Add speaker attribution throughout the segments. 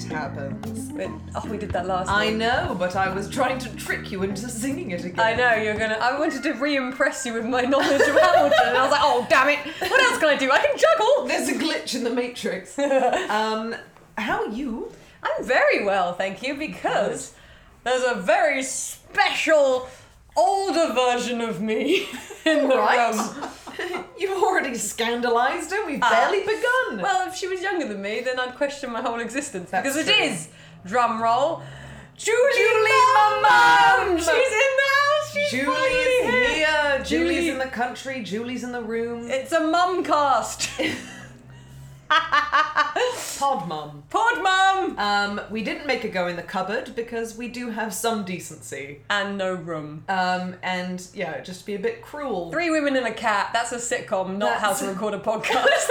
Speaker 1: happens.
Speaker 2: But, oh, we did that last.
Speaker 1: I
Speaker 2: week.
Speaker 1: know, but I was trying to trick you into singing it again.
Speaker 2: I know you're gonna. I wanted to re-impress you with my knowledge of Hamilton, and I was like, "Oh, damn it! What else can I do? I can juggle."
Speaker 1: There's a glitch in the matrix. um, how are you?
Speaker 2: I'm very well, thank you, because there's a very special older version of me in the
Speaker 1: Right.
Speaker 2: room.
Speaker 1: You've already scandalised her. We've
Speaker 2: um, Ah.
Speaker 1: barely begun.
Speaker 2: Well, if she was younger than me, then I'd question my whole existence
Speaker 1: That's
Speaker 2: because
Speaker 1: true.
Speaker 2: it is drum roll. Julie,
Speaker 1: Julie
Speaker 2: Mum!
Speaker 1: Mum!
Speaker 2: She's in the house. She's
Speaker 1: Julie's
Speaker 2: finally
Speaker 1: here. Julie's
Speaker 2: Julie-
Speaker 1: in the country. Julie's in the room.
Speaker 2: It's a mum cast.
Speaker 1: Pod mum.
Speaker 2: Pod mum
Speaker 1: Um, we didn't make a go in the cupboard because we do have some decency.
Speaker 2: and no room.
Speaker 1: Um, and yeah, just be a bit cruel.
Speaker 2: Three women and a cat. That's a sitcom, not how
Speaker 1: That's-
Speaker 2: to record a podcast.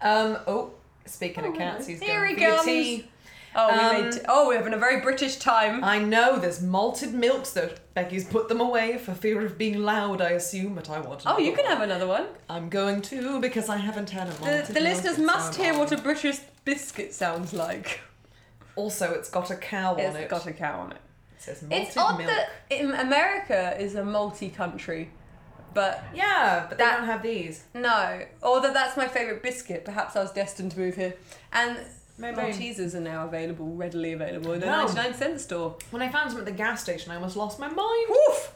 Speaker 1: Um, oh, speaking of cats, he's
Speaker 2: Here
Speaker 1: going
Speaker 2: he
Speaker 1: for your
Speaker 2: comes.
Speaker 1: tea.
Speaker 2: Oh, we
Speaker 1: Um, uh,
Speaker 2: made t- oh, we're having a very British time.
Speaker 1: I know there's malted milks though. Becky's put them away for fear of being loud, I assume, but I want.
Speaker 2: oh,
Speaker 1: another
Speaker 2: you can
Speaker 1: one.
Speaker 2: have another one.
Speaker 1: I'm going to because I haven't had a
Speaker 2: The,
Speaker 1: malted
Speaker 2: the
Speaker 1: milk
Speaker 2: listeners
Speaker 1: in so
Speaker 2: must hear
Speaker 1: long.
Speaker 2: what a British biscuit sounds like.
Speaker 1: Also, it's got a cow on
Speaker 2: It's
Speaker 1: it.
Speaker 2: got a cow on it.
Speaker 1: It says malted
Speaker 2: It's odd
Speaker 1: milk.
Speaker 2: that in America is a multi country, but
Speaker 1: Yeah, but
Speaker 2: That-
Speaker 1: they don't have these.
Speaker 2: no. Although that's my favourite biscuit, perhaps I was destined to move here. And
Speaker 1: Maybe.
Speaker 2: Maltesers are now available, readily available in a
Speaker 1: Wow.
Speaker 2: 99 cent store.
Speaker 1: When I found them at the gas station, I almost lost my mind.
Speaker 2: Woof!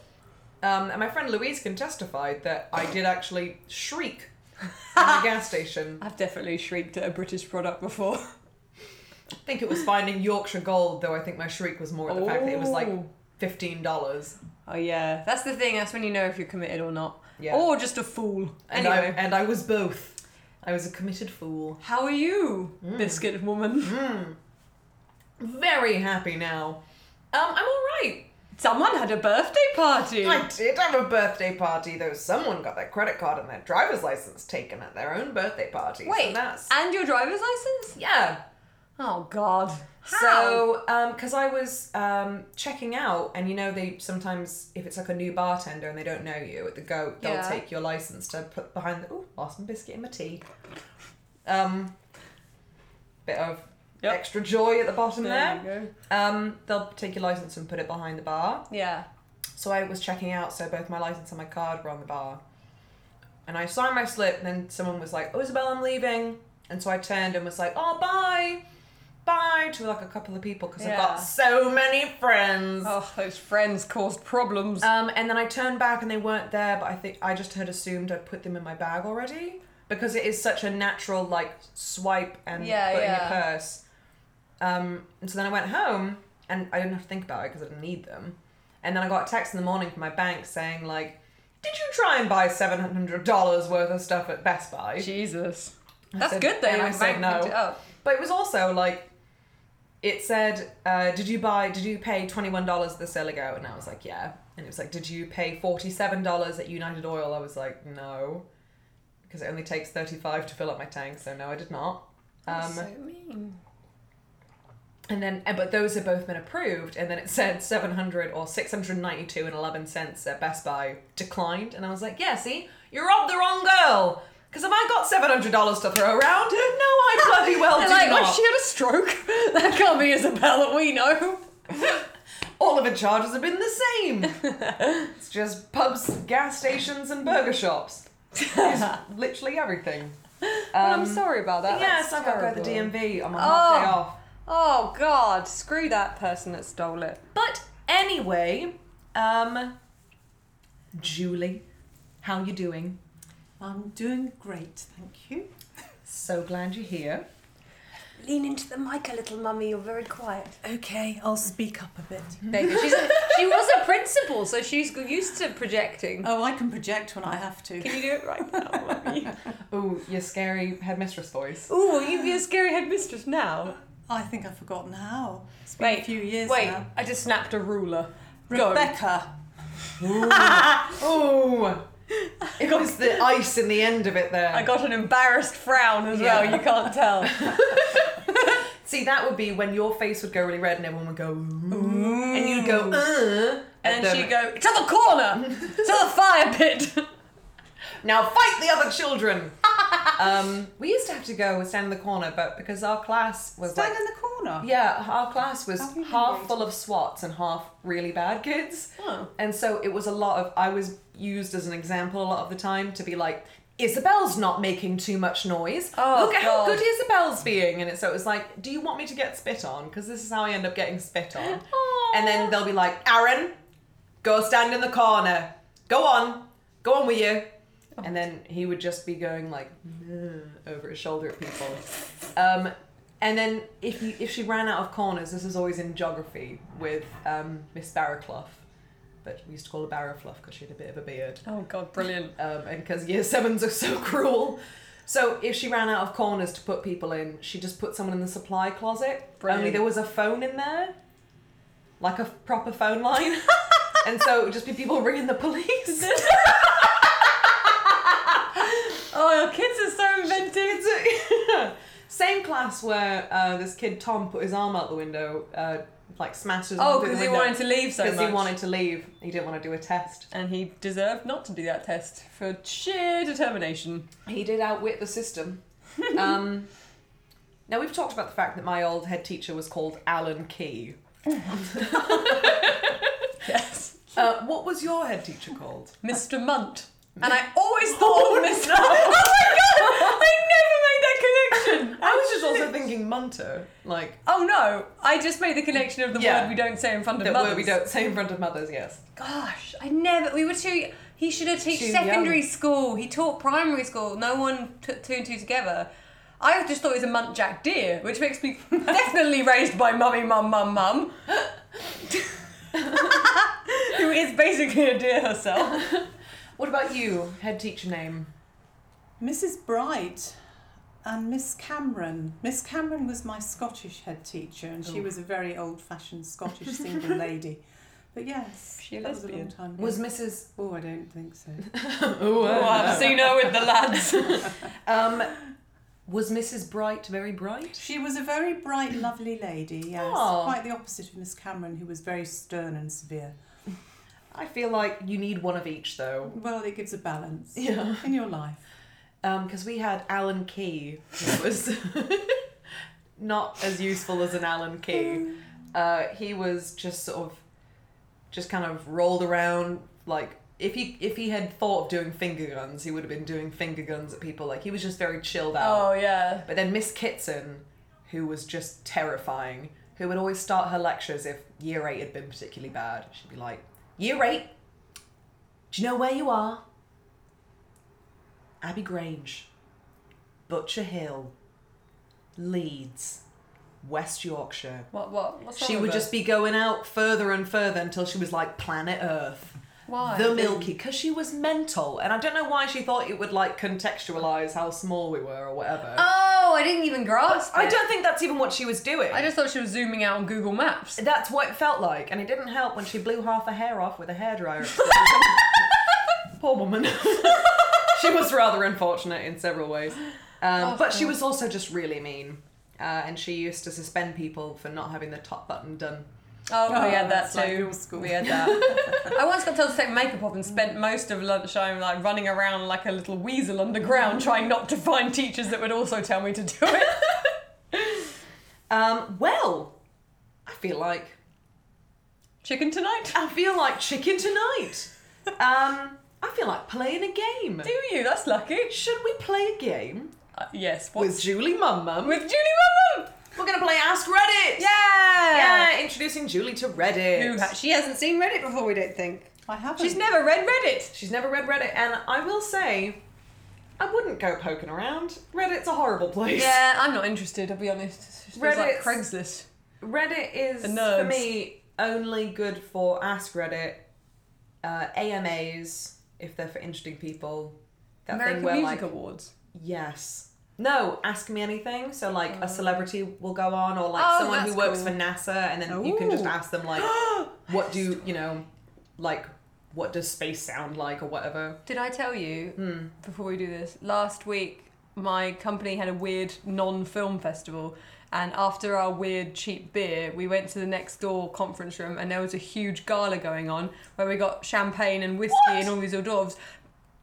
Speaker 1: Um, and my friend Louise can testify that I did actually shriek at the gas station.
Speaker 2: I've definitely shrieked at a British product before.
Speaker 1: I think it was finding Yorkshire Gold, though I think my shriek was more at the fact that it was like
Speaker 2: Oh.
Speaker 1: $15.
Speaker 2: Oh yeah, that's the thing. That's when you know if you're committed or not,
Speaker 1: Yeah.
Speaker 2: or just a fool.
Speaker 1: And, I,
Speaker 2: anyway,
Speaker 1: and I was both. I was a committed fool.
Speaker 2: how are you, biscuit woman?
Speaker 1: Very happy now. Um, I'm alright.
Speaker 2: Someone had a birthday party.
Speaker 1: I did have a birthday party, though someone got their credit card and their driver's license taken at their own birthday party. so
Speaker 2: Wait,
Speaker 1: that's.
Speaker 2: and your driver's license?
Speaker 1: Yeah.
Speaker 2: Oh God.
Speaker 1: So, um, because I was um, checking out, and you know, they sometimes, if it's like a new bartender and they don't know you at the go, they'll
Speaker 2: Yeah.
Speaker 1: take your license to put behind the. Ooh, lost some biscuit in my tea. Um, bit of
Speaker 2: Yep.
Speaker 1: extra joy at the bottom
Speaker 2: there
Speaker 1: there.
Speaker 2: you go.
Speaker 1: Um, they'll take your license and put it behind the bar.
Speaker 2: Yeah.
Speaker 1: So I was checking out, so both my license and my card were on the bar. And I signed my slip, and then someone was like, Oh, Isabel, I'm leaving. And so I turned and was like, Oh, bye. Bye to like a couple of people because I've
Speaker 2: Yeah.
Speaker 1: got so many friends.
Speaker 2: Oh, those friends caused problems.
Speaker 1: Um, and then I turned back and they weren't there, but I think I just had assumed I'd put them in my bag already because it is such a natural like swipe and
Speaker 2: Yeah,
Speaker 1: put in your
Speaker 2: yeah.
Speaker 1: purse. Um, and so then I went home and I didn't have to think about it because I didn't need them. And then I got a text in the morning from my bank saying like, "Did you try and buy seven hundred dollars worth of stuff at Best Buy?"
Speaker 2: Jesus. That's
Speaker 1: said-
Speaker 2: good though.
Speaker 1: and
Speaker 2: your
Speaker 1: I said
Speaker 2: bank
Speaker 1: no.
Speaker 2: picked it up.
Speaker 1: But it was also like, it said, uh, "Did you buy? Did you pay twenty one dollars the sale ago?" And I was like, "Yeah." And it was like, "Did you pay forty seven dollars at United Oil?" I was like, "No," because it only takes thirty five to fill up my tank. So no, I did not.
Speaker 2: That's
Speaker 1: Um,
Speaker 2: so mean.
Speaker 1: and then, eh, but those have both been approved. And then it said seven hundred or six hundred ninety two and eleven cents at Best Buy declined. And I was like, "Yeah, see, you robbed the wrong girl." Because have I got seven hundred dollars to throw around? No, I bloody well
Speaker 2: They're
Speaker 1: do
Speaker 2: like,
Speaker 1: not.
Speaker 2: oh, she had a stroke. that can't be Isabel that we know.
Speaker 1: All of her charges have been the same. it's just pubs, gas stations, and burger shops. It's literally everything.
Speaker 2: Well, I'm sorry about that.
Speaker 1: yes,
Speaker 2: That's
Speaker 1: I've got to go to the
Speaker 2: terrible.
Speaker 1: DMV on my half day
Speaker 2: Oh.
Speaker 1: off.
Speaker 2: Oh God! Screw that person that stole it.
Speaker 1: But anyway, um, Julie, how you doing?
Speaker 3: I'm doing great, thank you.
Speaker 1: So glad you're here.
Speaker 2: Lean into the mic a little, mummy. You're very quiet.
Speaker 3: Okay, I'll speak up a bit.
Speaker 2: Baby, she's a, she was a principal, so she's g- used to projecting.
Speaker 3: Oh, I can project when I have to.
Speaker 2: Can you do it right now, mummy?
Speaker 1: Ooh, your scary headmistress voice.
Speaker 2: Ooh, will you be a scary headmistress now?
Speaker 3: I think I've forgotten how. It's been
Speaker 2: Wait,
Speaker 3: a few years
Speaker 2: Wait,
Speaker 3: now.
Speaker 2: I just snapped a ruler. Go.
Speaker 3: Rebecca.
Speaker 1: Ooh, it was the ice in the end of it there.
Speaker 2: I got an embarrassed frown as well.
Speaker 1: Yeah.
Speaker 2: You can't tell.
Speaker 1: See, that would be when your face would go really red and everyone would go, Ooh. and you'd
Speaker 3: Mm.
Speaker 1: go, uh,
Speaker 2: And
Speaker 1: at
Speaker 2: then she'd
Speaker 1: them.
Speaker 2: go to the corner, to the fire pit.
Speaker 1: Now fight the other children. um, we used to have to go stand in the corner, but because our class was
Speaker 3: Stand
Speaker 1: like
Speaker 3: in the corner.
Speaker 1: yeah, our class was
Speaker 3: Have you been
Speaker 1: half
Speaker 3: going
Speaker 1: full of swats and half really bad kids.
Speaker 2: Oh.
Speaker 1: And so it was a lot of I was used as an example a lot of the time to be like Isabel's not making too much noise.
Speaker 2: Oh,
Speaker 1: Look at
Speaker 2: God.
Speaker 1: how good Isabel's being. And it, so it was like, do you want me to get spit on? Because this is how I end up getting spit on. And then they'll be like, Aaron, go stand in the corner. Go on. Go on with you.
Speaker 2: Oh.
Speaker 1: And then he would just be going like "Ugh," over his shoulder at people. Um, and then if you, if she ran out of corners, this is always in geography with um, Miss Barraclough, but we used to call her Barraclough because she had a bit of a beard,
Speaker 2: Oh god, brilliant.
Speaker 1: um, and because year sevens are so cruel. So if she ran out of corners to put people in, she just put someone in the supply closet. Only
Speaker 2: Brilliant.
Speaker 1: there was a phone in there, like a proper phone line, and so it would just be people ringing the police.
Speaker 2: Oh, your kids are so inventive.
Speaker 1: It's- Same class where uh, this kid Tom put his arm out the window, uh, like smashed his
Speaker 2: Oh,
Speaker 1: arm through
Speaker 2: because
Speaker 1: the
Speaker 2: he
Speaker 1: window
Speaker 2: wanted to leave so
Speaker 1: because
Speaker 2: much.
Speaker 1: he wanted to leave. He didn't want to do a test.
Speaker 2: and he deserved not to do that test for sheer determination.
Speaker 1: He did outwit the system. um, now we've talked about the fact that my old head teacher was called Alan Key.
Speaker 2: Yes.
Speaker 1: Uh, what was your head teacher called?
Speaker 2: Mr. Munt. And I always thought of Mr. Oh my god! I never made that connection!
Speaker 1: I was just also thinking Munter, like
Speaker 2: Oh no, I just made the connection of the
Speaker 1: Yeah.
Speaker 2: word we don't say in front of
Speaker 1: that word
Speaker 2: mothers.
Speaker 1: we don't say in front of mothers. Yes.
Speaker 2: Gosh, I never. We were too. He should have taught
Speaker 1: Too
Speaker 2: secondary
Speaker 1: young.
Speaker 2: school. He taught primary school. No one put two and two together. I just thought he was a munt Jack Deer, which makes me definitely raised by mummy, mum, mum, mum. Who is basically a deer herself.
Speaker 1: What about you? Head teacher name?
Speaker 3: Mrs. Bright and Miss Cameron. Miss Cameron was my Scottish head teacher, and she
Speaker 1: Oh.
Speaker 3: was a very old-fashioned Scottish single lady. But yes,
Speaker 2: She a
Speaker 3: that was a long
Speaker 2: lesbian?
Speaker 3: time ago.
Speaker 1: Was Mrs.
Speaker 3: Oh, I don't think so.
Speaker 1: oh,
Speaker 2: Oh, I've seen her with the lads.
Speaker 1: Um, was Mrs. Bright very bright?
Speaker 3: She was a very bright, lovely lady. Yes,
Speaker 1: Oh.
Speaker 3: quite the opposite of Miss Cameron, who was very stern and severe.
Speaker 1: I feel like you need one of each though.
Speaker 3: Well, it gives a balance
Speaker 1: Yeah.
Speaker 3: in your life.
Speaker 1: Because Um, we had Alan Key, who was not as useful as an Alan Key. Uh, he was just sort of, just kind of rolled around. Like if he if he had thought of doing finger guns, he would have been doing finger guns at people. Like he was just very chilled out.
Speaker 2: Oh yeah.
Speaker 1: But then Miss Kitson, who was just terrifying, who would always start her lectures if year eight had been particularly bad. She'd be like, Year eight, do you know where you are? Abbey Grange, Butcher Hill, Leeds, West Yorkshire.
Speaker 2: What? What? What's wrong
Speaker 1: She
Speaker 2: with
Speaker 1: would
Speaker 2: her?
Speaker 1: just be going out further and further until she was like planet Earth.
Speaker 2: Why?
Speaker 1: The Milky, because she was mental, and I don't know why she thought it would like contextualize how small we were or whatever.
Speaker 2: Oh, I didn't even grasp.
Speaker 1: I
Speaker 2: it.
Speaker 1: don't think that's even what she was doing.
Speaker 2: I just thought she was zooming out on Google Maps.
Speaker 1: That's what it felt like, and it didn't help when she blew half her hair off with a hairdryer. Poor woman. she was rather unfortunate in several ways. Um,
Speaker 2: Oh,
Speaker 1: but she
Speaker 2: God.
Speaker 1: was also just really mean. Uh, and she used to suspend people for not having the top button done.
Speaker 2: Oh,
Speaker 3: Oh,
Speaker 2: we had that
Speaker 3: that's like
Speaker 2: too.
Speaker 3: your school.
Speaker 2: we had that. I once got told to take makeup off and spent most of lunchtime like running around like a little weasel underground, trying not to find teachers that would also tell me to do it.
Speaker 1: Um, well, I feel like
Speaker 2: Chicken tonight?
Speaker 1: I feel like chicken tonight. Um, I feel like playing a game.
Speaker 2: Do you? That's lucky.
Speaker 1: Should we play a game
Speaker 2: Uh, yes. What? With,
Speaker 1: with Julie Mum Mum?
Speaker 2: Julie Mum Mum.
Speaker 1: We're gonna play Ask Reddit.
Speaker 2: Yeah.
Speaker 1: Yeah, introducing Julie to Reddit.
Speaker 2: Who ha- she hasn't seen Reddit before. We don't think.
Speaker 3: I haven't.
Speaker 2: She's never read Reddit.
Speaker 1: She's never read Reddit, and I will say, I wouldn't go poking around. Reddit's a horrible place.
Speaker 2: Yeah, I'm not interested. I'll be honest. It's
Speaker 1: feels
Speaker 2: like
Speaker 1: like
Speaker 2: Craigslist.
Speaker 1: Reddit is
Speaker 2: The
Speaker 1: for
Speaker 2: nerds.
Speaker 1: me only good for Ask Reddit, uh, AMAs if they're for interesting people. That
Speaker 2: American
Speaker 1: thing where like
Speaker 2: Music Awards.
Speaker 1: yes. No, ask me anything. So like a celebrity will go on, or like
Speaker 2: Oh,
Speaker 1: someone who
Speaker 2: that's
Speaker 1: works
Speaker 2: cool.
Speaker 1: for NASA, and then you can just
Speaker 2: Ooh.
Speaker 1: ask them like, what do you know, like what does space sound like or whatever.
Speaker 2: Did I tell you
Speaker 1: Hmm.
Speaker 2: before we do this? Last week, my company had a weird non-film festival, and after our weird cheap beer, we went to the next door conference room, and there was a huge gala going on where we got champagne and whiskey and all these hors d'oeuvres,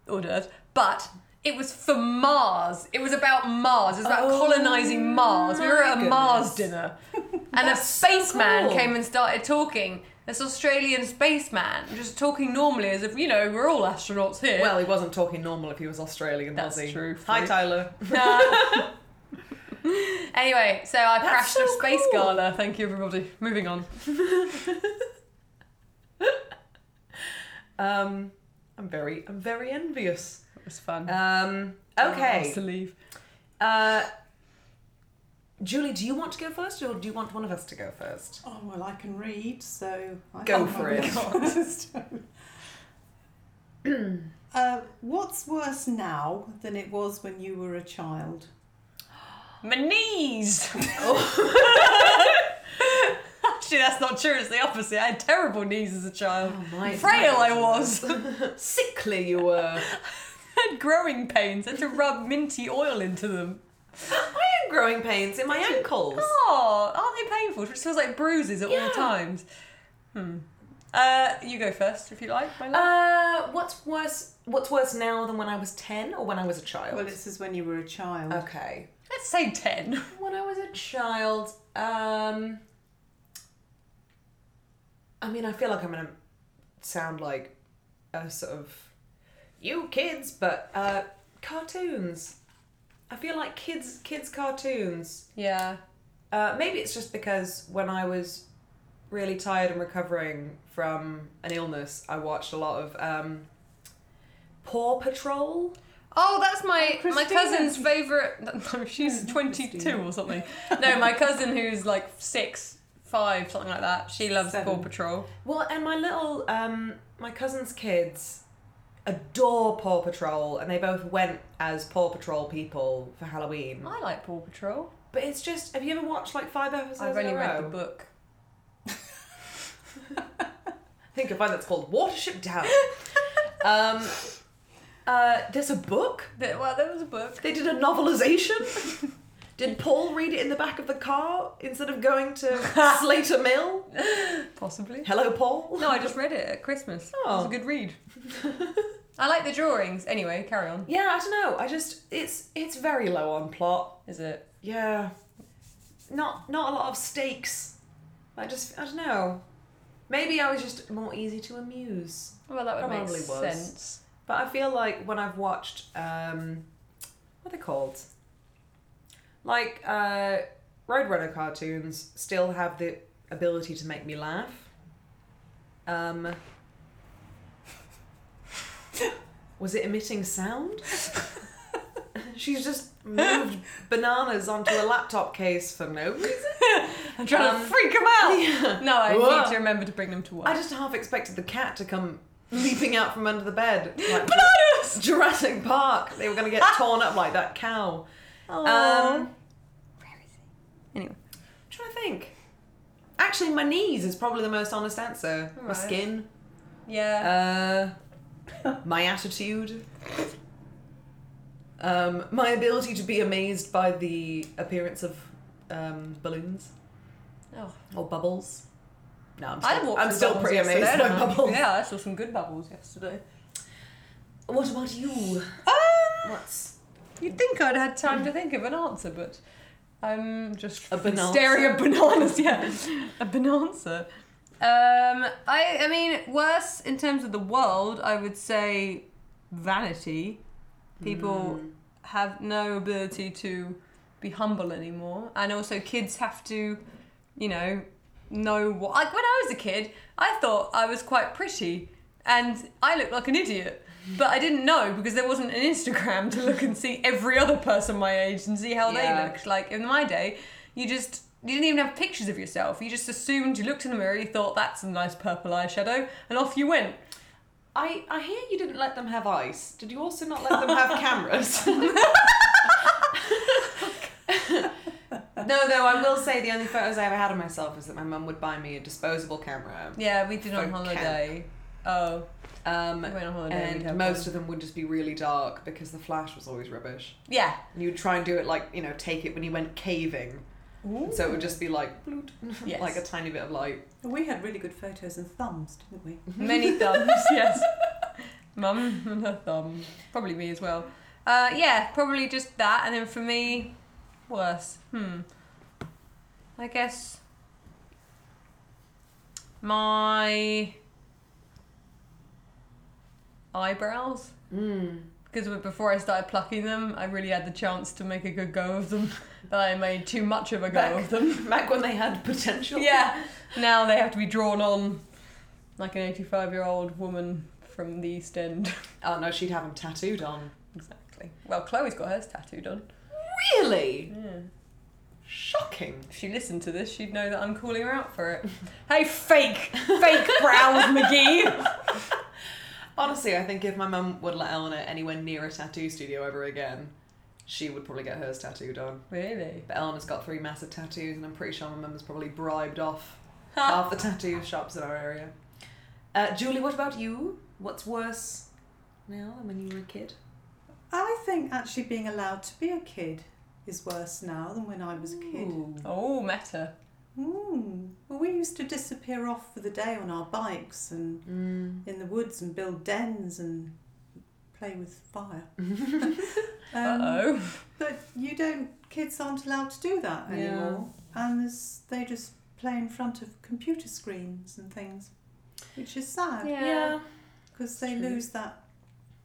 Speaker 2: hors d'oeuvres. But It was for Mars. It was about Mars. It was about
Speaker 1: Oh,
Speaker 2: colonizing Mars. We were at a
Speaker 1: my
Speaker 2: Mars
Speaker 1: goodness.
Speaker 2: dinner, and a
Speaker 1: so
Speaker 2: spaceman
Speaker 1: cool.
Speaker 2: came and started talking. This Australian spaceman just talking normally, as if you know we're all astronauts here.
Speaker 1: Well, he wasn't talking normal if he was Australian,
Speaker 2: That's
Speaker 1: was he?
Speaker 2: true.
Speaker 1: Hi, Tyler.
Speaker 2: Uh, anyway, so I crashed
Speaker 1: so
Speaker 2: a space
Speaker 1: cool.
Speaker 2: gala. Thank you, everybody. Moving on.
Speaker 1: Um, I'm very, I'm very envious.
Speaker 2: It was fun.
Speaker 1: Um,
Speaker 2: I was
Speaker 1: okay.
Speaker 2: to leave.
Speaker 1: Uh, Julie, do you want to go first, or do you want one of us to go first?
Speaker 3: Oh well, I can read, so I "Oh
Speaker 1: Go
Speaker 3: think
Speaker 1: for
Speaker 3: I'll
Speaker 1: it.
Speaker 3: go first. uh, what's worse now than it was when you were a child?
Speaker 2: My knees. Actually, that's not true. It's the opposite. I had terrible knees as a child.
Speaker 1: Oh, my
Speaker 2: Frail I was.
Speaker 1: Sickly you were.
Speaker 2: I had growing pains. I had to rub minty oil into them.
Speaker 1: I had growing pains in my ankles.
Speaker 2: Oh, aren't they painful? It just feels like bruises at
Speaker 1: Yeah.
Speaker 2: all times. Hmm. Uh, you go first if you like, my love.
Speaker 1: Uh, what's worse? What's worse now than when I was ten or when I was a child?
Speaker 3: Well, it says when you were a child.
Speaker 1: okay.
Speaker 2: Let's say ten.
Speaker 1: When I was a child, um, I mean, I feel like I'm gonna sound like a sort of you kids, but uh, cartoons. I feel like kids, kids cartoons.
Speaker 2: Yeah.
Speaker 1: Uh, maybe it's just because when I was really tired and recovering from an illness, I watched a lot of um, Paw Patrol.
Speaker 2: Oh, that's my
Speaker 3: Oh,
Speaker 2: my
Speaker 3: Christina.
Speaker 2: cousin's favorite. No, she's twenty two or something. No, my cousin who's like six, five, something like that. She loves Paw
Speaker 3: Seven.
Speaker 2: Patrol.
Speaker 1: Well, and my little um, my cousin's kids adore Paw Patrol, and they both went as Paw Patrol people for Halloween.
Speaker 2: I like Paw Patrol.
Speaker 1: But it's just, have you ever watched like five episodes?
Speaker 2: I've only
Speaker 1: in a
Speaker 2: read the
Speaker 1: row?
Speaker 2: book.
Speaker 1: I think you'll find that's called Watership Down. um, uh, there's a book.
Speaker 2: There- well, there was a book.
Speaker 1: They did a novelization. did Paul read it in the back of the car instead of going to Slater Mill?
Speaker 2: Possibly.
Speaker 1: Hello, Paul.
Speaker 2: No, I just read it at Christmas. It was
Speaker 1: Oh.
Speaker 2: a good read. I like the drawings. Anyway, carry on.
Speaker 1: Yeah, I don't know. I just it's it's very low on plot.
Speaker 2: Is it?
Speaker 1: Yeah, not not a lot of stakes. I just I don't know. Maybe I was just more easy to amuse.
Speaker 2: Well, that would
Speaker 1: Probably
Speaker 2: make
Speaker 1: was.
Speaker 2: sense.
Speaker 1: But I feel like when I've watched um, what are they called? Like uh, Roadrunner cartoons still have the ability to make me laugh. Um, was it emitting sound? She's just moved bananas onto a laptop case for no reason.
Speaker 2: I'm trying
Speaker 1: Um,
Speaker 2: to freak them out. No, I
Speaker 1: Whoa.
Speaker 2: need to remember to bring them to work.
Speaker 1: I just half expected the cat to come leaping out from under the bed. Like
Speaker 2: Bananas!
Speaker 1: Jurassic Park. They were going to get torn up like that cow. Um,
Speaker 2: Um, anyway.
Speaker 1: I'm trying to think. Actually, my knees is probably the most honest answer. My
Speaker 2: Alright.
Speaker 1: skin,
Speaker 2: Yeah.
Speaker 1: uh, my attitude, um, my ability to be amazed by the appearance of um, balloons
Speaker 2: oh.
Speaker 1: or bubbles. No, I'm
Speaker 2: I
Speaker 1: still,
Speaker 2: walked
Speaker 1: I'm
Speaker 2: through
Speaker 1: still
Speaker 2: bubbles
Speaker 1: pretty amazed
Speaker 2: yesterday,
Speaker 1: by
Speaker 2: and I'm-
Speaker 1: bubbles.
Speaker 2: Yeah, I saw some good bubbles yesterday.
Speaker 1: What about you?
Speaker 2: Um,
Speaker 1: What's
Speaker 2: you'd think I'd had time to think of an answer, but I'm just
Speaker 1: A bananza?
Speaker 2: staring at bananas. Yeah, a bananza. Um, I I mean, worse in terms of the world, I would say vanity.
Speaker 1: Hmm.
Speaker 2: People have no ability to be humble anymore, and also kids have to, you know, know what. Like when I was a kid, I thought I was quite pretty, and I looked like an idiot. But I didn't know because there wasn't an Instagram to look and see every other person my age and see how
Speaker 1: Yeah.
Speaker 2: they looked. Like in my day, you just you didn't even have pictures of yourself. You just assumed you looked in the mirror, you thought that's a nice purple eyeshadow, and off you went.
Speaker 1: I, I hear you didn't let them have ice. Did you also not let them have cameras? no, though, I will say the only photos I ever had of myself is that my mum would buy me a disposable camera.
Speaker 2: Yeah, we did on
Speaker 1: For
Speaker 2: holiday. Oh,
Speaker 1: Um,
Speaker 2: we went on holiday. we'd
Speaker 1: and
Speaker 2: have
Speaker 1: most
Speaker 2: fun.
Speaker 1: of them would just be really dark because the flash was always rubbish.
Speaker 2: yeah.
Speaker 1: And you would try and do it like, you know, take it when you went caving. So it would just be like, bloot,
Speaker 2: Yes.
Speaker 1: like a tiny bit of light.
Speaker 3: We had really good photos of thumbs, didn't we?
Speaker 2: Many thumbs, yes. Mum and her thumb. Probably me as well. Uh, yeah, probably just that. And then for me, worse. Hmm. I guess my eyebrows.
Speaker 1: Mm.
Speaker 2: Because before I started plucking them, I really had the chance to make a good go of them. But I made too much of a go
Speaker 1: Back-
Speaker 2: of them.
Speaker 1: Back when they had potential.
Speaker 2: Yeah. Now they have to be drawn on like an 85 year old woman from the East End.
Speaker 1: Oh no, she'd have them tattooed on.
Speaker 2: Exactly. Well, Chloe's got hers tattooed on.
Speaker 1: Really?
Speaker 2: Yeah.
Speaker 1: Shocking.
Speaker 2: If she listened to this, she'd know that I'm calling her out for it. hey, fake, fake brows, McGee.
Speaker 1: Honestly, I think if my mum would let Eleanor anywhere near a tattoo studio ever again, she would probably get hers tattooed on.
Speaker 2: Really?
Speaker 1: But Eleanor's got three massive tattoos, and I'm pretty sure my mum has probably bribed off half the tattoo shops in our area. Uh, Julie, what about you? What's worse now than when you were a kid?
Speaker 3: I think actually being allowed to be a kid is worse now than when I was a kid.
Speaker 1: Ooh.
Speaker 2: Oh, meta.
Speaker 3: Mm. Well, we used to disappear off for the day on our bikes and
Speaker 1: Mm.
Speaker 3: in the woods and build dens and play with fire.
Speaker 2: Uh
Speaker 3: Um,
Speaker 2: oh.
Speaker 3: But you don't. Kids aren't allowed to do that
Speaker 1: Yeah.
Speaker 3: anymore, and there's, they just play in front of computer screens and things, which is
Speaker 2: Um,
Speaker 3: sad
Speaker 1: Yeah.
Speaker 3: because they
Speaker 2: True.
Speaker 3: lose that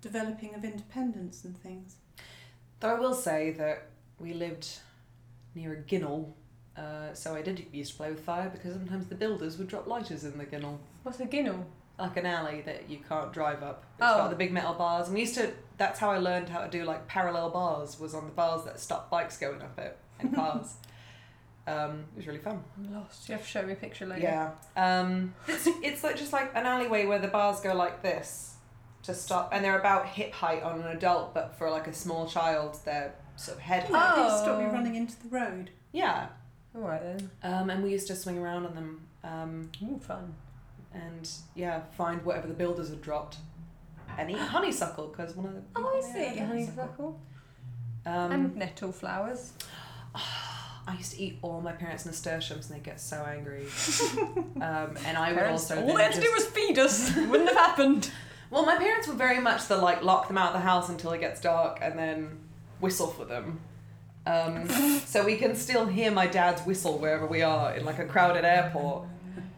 Speaker 3: developing of independence and things.
Speaker 1: Though I will say that we lived near a ginnel, uh, so I did used to play with fire because sometimes the builders would drop lighters in the ginnel.
Speaker 2: What's a ginnel?
Speaker 1: Like an alley that you can't drive up. It's
Speaker 2: Oh.
Speaker 1: got the big metal bars. And we used to, that's how I learned how to do like parallel bars, was on the bars that stopped bikes going up it and cars. um, it was really fun.
Speaker 2: I'm lost. You have to show me a picture later.
Speaker 1: Yeah. Um, it's, it's like just like an alleyway where the bars go like this to stop, and they're about hip height on an adult, but for like a small child, they're sort of head
Speaker 3: You
Speaker 1: height.
Speaker 3: know, They stop you
Speaker 2: Oh.
Speaker 3: running into the road.
Speaker 1: Yeah.
Speaker 2: All right then.
Speaker 1: Um, and we used to swing around on them um,
Speaker 2: Ooh, fun.
Speaker 1: and, yeah, find whatever the builders had dropped and eat honeysuckle because one of the.
Speaker 2: Oh, I
Speaker 1: Yeah,
Speaker 2: see. Honeysuckle.
Speaker 1: Um,
Speaker 2: and nettle flowers.
Speaker 1: I used to eat all my parents' nasturtiums and they'd get so angry. um, and I would
Speaker 2: Parents-
Speaker 1: also.
Speaker 2: all
Speaker 1: then
Speaker 2: they had to
Speaker 1: just-
Speaker 2: do was feed us. Wouldn't have happened.
Speaker 1: Well, my parents were very much the like lock them out of the house until it gets dark and then whistle for them. Um, so we can still hear my dad's whistle wherever we are in like a crowded airport.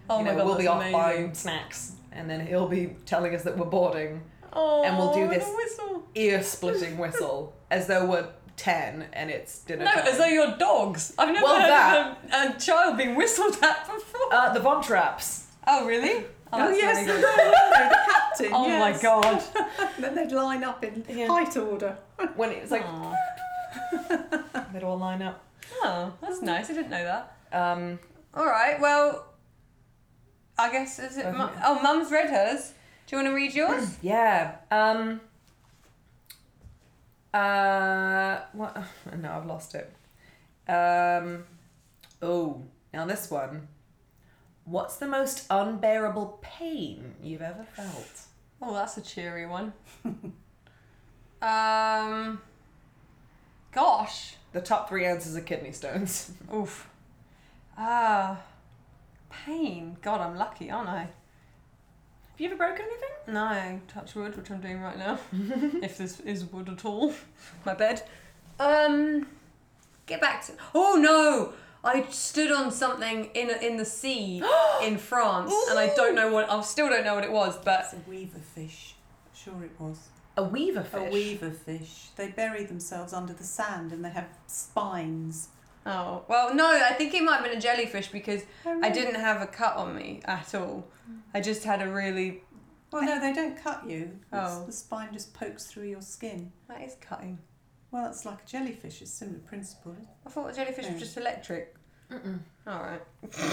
Speaker 2: Oh
Speaker 1: you
Speaker 2: my
Speaker 1: know,
Speaker 2: god,
Speaker 1: we'll
Speaker 2: that's
Speaker 1: be off
Speaker 2: amazing.
Speaker 1: buying snacks and then he'll be telling us that we're boarding.
Speaker 2: Oh,
Speaker 1: and we'll do
Speaker 2: the
Speaker 1: this.
Speaker 2: whistle.
Speaker 1: Ear splitting whistle as though we're 10 and it's dinner.
Speaker 2: No,
Speaker 1: time.
Speaker 2: as though you're dogs. I've never
Speaker 1: Well,
Speaker 2: heard of a, a child being whistled at before.
Speaker 1: uh, the Von Traps.
Speaker 2: Oh, really?
Speaker 3: Oh,
Speaker 2: that's
Speaker 3: yes,
Speaker 2: really
Speaker 3: no,
Speaker 2: good.
Speaker 3: no, no, the captain.
Speaker 2: Oh my
Speaker 3: yes.
Speaker 2: god.
Speaker 3: Then they'd line up in
Speaker 1: Yeah.
Speaker 3: height order.
Speaker 1: When it was like,
Speaker 2: Aw.
Speaker 1: they'd all line up.
Speaker 2: Oh, that's nice. I didn't know that.
Speaker 1: Um,
Speaker 2: All right. Well, I guess is it?
Speaker 1: Um,
Speaker 2: Mu- oh, Mum's read hers. Do you want to read yours?
Speaker 1: Yeah. Um. Uh. What? No, I've lost it. Um. Oh, now this one. What's the most unbearable pain you've ever felt?
Speaker 2: oh, that's a cheery one. um. Gosh.
Speaker 1: The top three answers are kidney stones.
Speaker 2: Oof. Ah. pain. God, I'm lucky, aren't I?
Speaker 1: Have you ever broken anything?
Speaker 2: No, touch wood, which I'm doing right now. if this is wood at all, my bed. Um, get back to. Oh no! I stood on something in in the sea in France, and I don't know what. I still don't know what it was, but
Speaker 3: That's a weaver fish. Sure, it was.
Speaker 1: A weaver fish.
Speaker 3: A weaver fish. They bury themselves under the sand and they have spines.
Speaker 2: oh well. No, I think it might have been a jellyfish because I Hmm. didn't have a cut on me at all. I just had a really
Speaker 3: Well, no, they don't cut you. It's-
Speaker 2: Oh.
Speaker 3: The spine just pokes through your skin.
Speaker 2: that is cutting.
Speaker 3: Well, it's like a jellyfish. It's similar principle.
Speaker 2: I thought the jellyfish
Speaker 3: Mm.
Speaker 2: was just electric.
Speaker 1: Mm-mm.
Speaker 2: All right.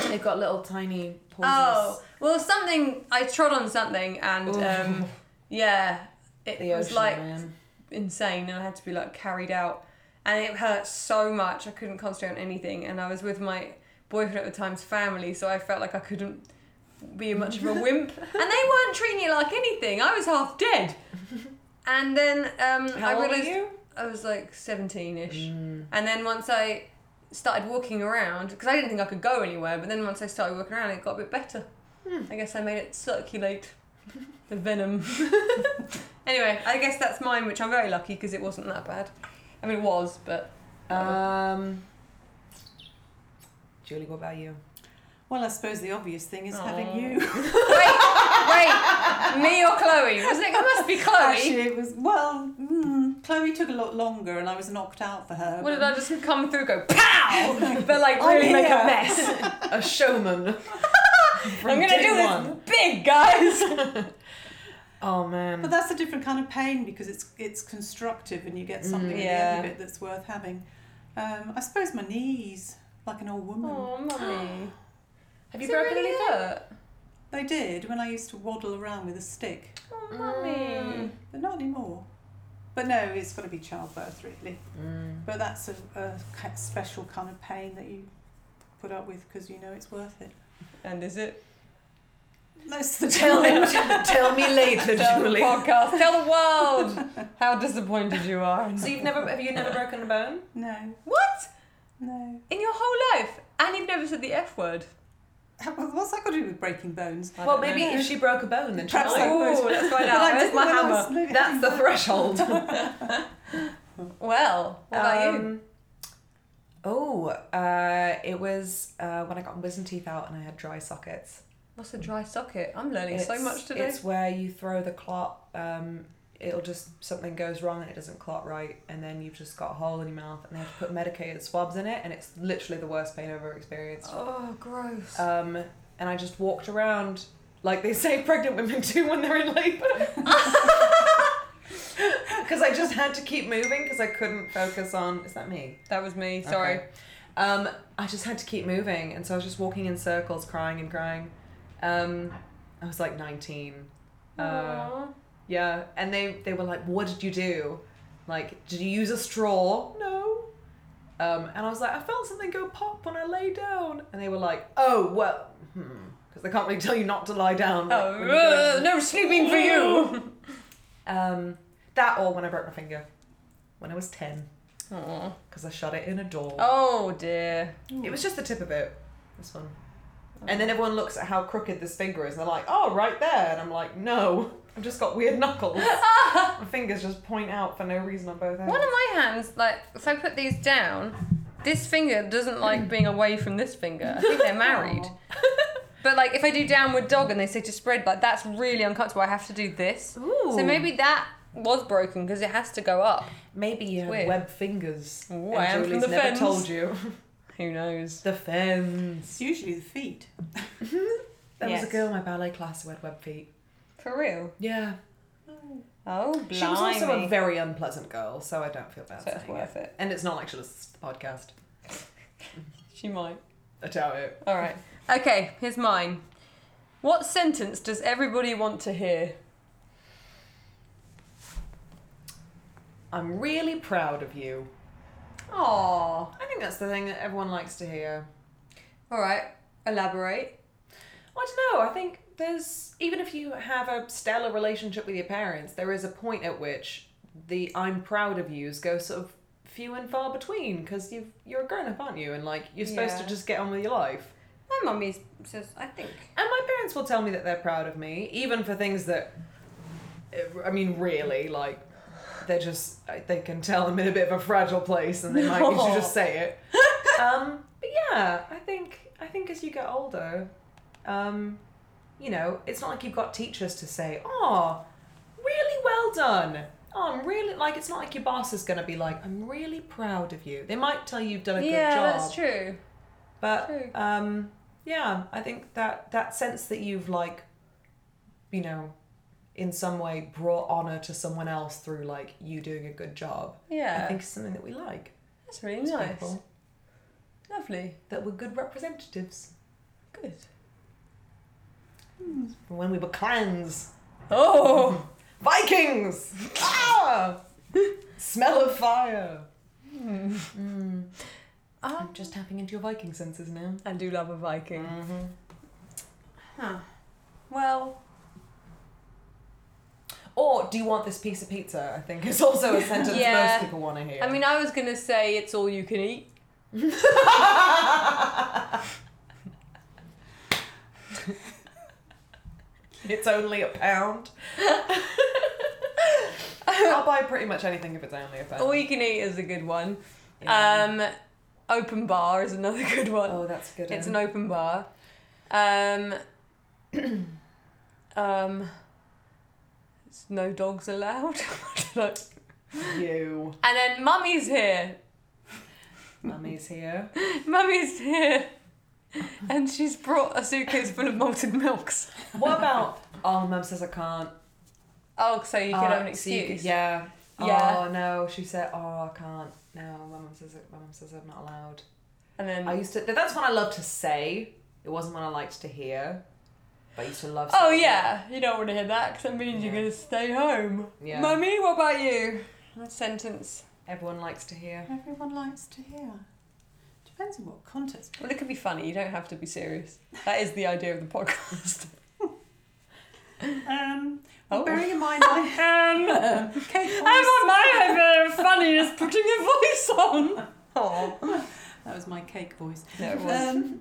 Speaker 1: They've got little tiny
Speaker 2: Oh well, something I trod on something and um, yeah, it
Speaker 1: the
Speaker 2: was
Speaker 1: ocean
Speaker 2: like
Speaker 1: man.
Speaker 2: insane, and I had to be like carried out, and it hurt so much I couldn't concentrate on anything, and I was with my boyfriend at the time's family, so I felt like I couldn't be much of a wimp, and they weren't treating it like anything. I was half dead, and then um,
Speaker 1: How
Speaker 2: I
Speaker 1: old were
Speaker 2: realized
Speaker 1: you?
Speaker 2: I was like seventeen ish.
Speaker 1: Mm.
Speaker 2: And then once I started walking around, because I didn't think I could go anywhere, but then once I started walking around, it got a bit better. I guess I made it circulate the venom Anyway, I guess that's mine, which I'm very lucky because it wasn't that bad. I mean, it was, but
Speaker 1: Um, Julie, what about you?
Speaker 3: Well, I suppose the obvious thing is
Speaker 2: Aw.
Speaker 3: having you.
Speaker 2: wait, wait, me or Chloe? Was it? It must be Chloe.
Speaker 3: Actually, it was well. Mm, Chloe took a lot longer, and I was knocked out for her.
Speaker 2: what did
Speaker 3: but-
Speaker 2: I just come through? Go pow! But like really
Speaker 3: I'm
Speaker 2: make a
Speaker 3: here.
Speaker 2: mess.
Speaker 1: A showman.
Speaker 2: I'm gonna do this
Speaker 1: one.
Speaker 2: big, guys.
Speaker 1: Oh man.
Speaker 3: But that's a different kind of pain because it's it's constructive, and you get something at the
Speaker 2: Mm, yeah.
Speaker 3: end of it that's worth having. Um, I suppose my knees, like an old woman,
Speaker 2: Oh, mummy.
Speaker 1: Have
Speaker 2: Is it really hurt?
Speaker 3: they did when I used to waddle around with a stick,
Speaker 1: Mm.
Speaker 2: Oh, mummy.
Speaker 3: but not anymore. But no, it's got to be childbirth, really.
Speaker 1: Mm.
Speaker 3: But that's a, a ki- special kind of pain that you put up with because you know it's worth it.
Speaker 2: And is it?
Speaker 3: Most of the
Speaker 1: Tell,
Speaker 3: time.
Speaker 1: tell me later,
Speaker 2: Tell the
Speaker 1: Julie.
Speaker 2: podcast. Tell the world how disappointed you are.
Speaker 1: So you've never have you never broken a bone?
Speaker 3: No,
Speaker 2: What?
Speaker 3: no.
Speaker 2: In your whole life? And you've never said the F word?
Speaker 3: How- What's that got to do with breaking bones?
Speaker 1: Well, maybe if she broke a bone, then she
Speaker 3: Perhaps
Speaker 1: might.
Speaker 3: I would.
Speaker 2: Ooh, let's find
Speaker 3: But
Speaker 2: out.
Speaker 3: I
Speaker 2: Where's
Speaker 3: didn't
Speaker 2: my
Speaker 3: when I
Speaker 2: hammer?
Speaker 3: was living.
Speaker 1: That's the threshold.
Speaker 2: Well, what about you?
Speaker 1: Um, Oh, uh, it was uh, when I got my wisdom teeth out and I had dry sockets.
Speaker 2: What's a dry socket? I'm learning so
Speaker 1: It's-
Speaker 2: much today.
Speaker 1: It's where you throw the clot. Um, it'll just something goes wrong and it doesn't clot right, and then you've just got a hole in your mouth, and they have to put medicated swabs in it, and it's literally the worst pain I've ever experienced.
Speaker 2: Oh, gross.
Speaker 1: Um, and I just walked around like they say pregnant women do when they're in labor. Because I just had to keep moving because I couldn't focus on. Is that me?
Speaker 2: that was me. Sorry.
Speaker 1: Okay. Um, I just had to keep moving, and so I was just walking in circles, crying and crying. Um, I was like 19. Uh,
Speaker 2: Aw.
Speaker 1: yeah, and they they were like, "What did you do? Like, did you use a straw?" No. Um, and I was like, "I felt something go pop when I lay down," and they were like, "Oh well," because they can't really tell you not to lie down. like, when you
Speaker 2: oh, uh,
Speaker 1: go-
Speaker 2: no sleeping for you.
Speaker 1: um, that or when I broke my finger when I was ten
Speaker 2: Aw.
Speaker 1: because I shot it in a door.
Speaker 2: oh dear.
Speaker 1: It was just the tip of it. This one. And then everyone looks at how crooked this finger is, and they're like, "Oh, right there," and I'm like, "No, I've just got weird knuckles. my fingers just point out for no reason on both ends."
Speaker 2: One of my hands, like, if I put these down, this finger doesn't like being away from this finger. I think they're married.
Speaker 3: Aw.
Speaker 2: But like, if I do downward dog and they say to spread, like, that's really uncomfortable. I have to do this.
Speaker 1: Ooh.
Speaker 2: So maybe that was broken because it has to go up.
Speaker 1: Maybe you have
Speaker 2: Weird.
Speaker 1: web fingers.
Speaker 2: Ooh,
Speaker 1: and
Speaker 2: I am from
Speaker 1: Julie's
Speaker 2: the
Speaker 1: never
Speaker 2: fens.
Speaker 1: told you.
Speaker 2: Who knows?
Speaker 1: the fens.
Speaker 3: It's usually the feet.
Speaker 1: There was
Speaker 2: Yes.
Speaker 1: a girl in my ballet class who had web feet.
Speaker 2: For real.
Speaker 1: Yeah.
Speaker 2: Oh, blimey.
Speaker 1: She was also a very unpleasant girl, so I don't feel bad
Speaker 2: So it's
Speaker 1: saying
Speaker 2: worth it.
Speaker 1: And it's not like she listens to the podcast.
Speaker 2: She might.
Speaker 1: I doubt it.
Speaker 2: All right. Okay, here's mine. What sentence does everybody want to hear?
Speaker 1: I'm really proud of you.
Speaker 2: Aww.
Speaker 1: I think that's the thing that everyone likes to hear.
Speaker 2: All right. Elaborate.
Speaker 1: I don't know. I think there's even if you have a stellar relationship with your parents, there is a point at which the "I'm proud of yous" go sort of few and far between because you've you're a grown up, aren't you? And like you're supposed
Speaker 2: Yeah.
Speaker 1: to just get on with your life.
Speaker 2: My mummy says, I think.
Speaker 1: And my parents will tell me that they're proud of me, even for things that, I mean, really, like they're just they can tell I'm in a bit of a fragile place, and they might need to just say it. um, but yeah, I think I think as you get older, um, you know, it's not like you've got teachers to say, "Oh, really well done." Oh, I'm really like it's not like your boss is going to be like, "I'm really proud of you." They might tell you you've done a
Speaker 2: yeah,
Speaker 1: good job.
Speaker 2: that's true. True.
Speaker 1: But um, yeah, I think that that sense that you've like, you know, in some way brought honor to someone else through like you doing a good job.
Speaker 2: Yeah.
Speaker 1: I think is something that we like.
Speaker 2: that's really
Speaker 1: as
Speaker 2: nice.
Speaker 1: people,
Speaker 2: Lovely.
Speaker 1: that we're good representatives
Speaker 2: Good.
Speaker 1: from when we were clans,
Speaker 2: Oh!
Speaker 1: Vikings. ah! Smell of fire. Mm.
Speaker 2: Ah.
Speaker 1: I'm just tapping into your Viking senses now.
Speaker 2: I do love a Viking.
Speaker 1: Mm.
Speaker 2: Well,
Speaker 1: Or do you want this piece of pizza? I think is also a sentence
Speaker 2: Yeah.
Speaker 1: most people want to hear.
Speaker 2: I mean, I was going to say it's all you can eat.
Speaker 1: It's only a pound. I'll buy pretty much anything if it's only a
Speaker 2: All
Speaker 1: phone.
Speaker 2: you can eat is a good one.
Speaker 1: Yeah.
Speaker 2: Um, open bar is another good one.
Speaker 1: oh, that's a good.
Speaker 2: It's
Speaker 1: one.
Speaker 2: an open bar. Um, um, it's no dogs allowed. I don't know.
Speaker 1: you.
Speaker 2: and then mummy's here.
Speaker 1: Mummy's here.
Speaker 2: Mummy's here. And she's brought a suitcase full of malted milks.
Speaker 1: What about? Oh, mum says I can't.
Speaker 2: Oh, so you can
Speaker 1: Oh,
Speaker 2: have an
Speaker 1: so you
Speaker 2: excuse.
Speaker 1: could- yeah.
Speaker 2: Yeah.
Speaker 1: Oh no, she said. Oh, I can't. No, my mum says. it- My mum says I'm not allowed.
Speaker 2: And then
Speaker 1: I used to. That's one I loved to say. It wasn't one I liked to hear. But I used to love.
Speaker 2: Oh
Speaker 1: saying it.
Speaker 2: yeah, you don't want to hear that because that means you're
Speaker 1: Yeah.
Speaker 2: gonna stay home.
Speaker 1: Yeah.
Speaker 2: Mummy, what about you? That sentence.
Speaker 1: Everyone likes to hear.
Speaker 3: Everyone likes to hear. Depends on what context.
Speaker 2: Well, it could be funny. You don't have to be serious. That is the idea of the podcast.
Speaker 3: Um,
Speaker 2: Oh.
Speaker 3: Bearing in mind, I
Speaker 2: um,
Speaker 3: um, Kate
Speaker 2: I'm
Speaker 3: Holmes.
Speaker 2: on my own funny is putting a voice on. Oh
Speaker 3: That was my cake voice.
Speaker 2: no, it was.
Speaker 3: Um,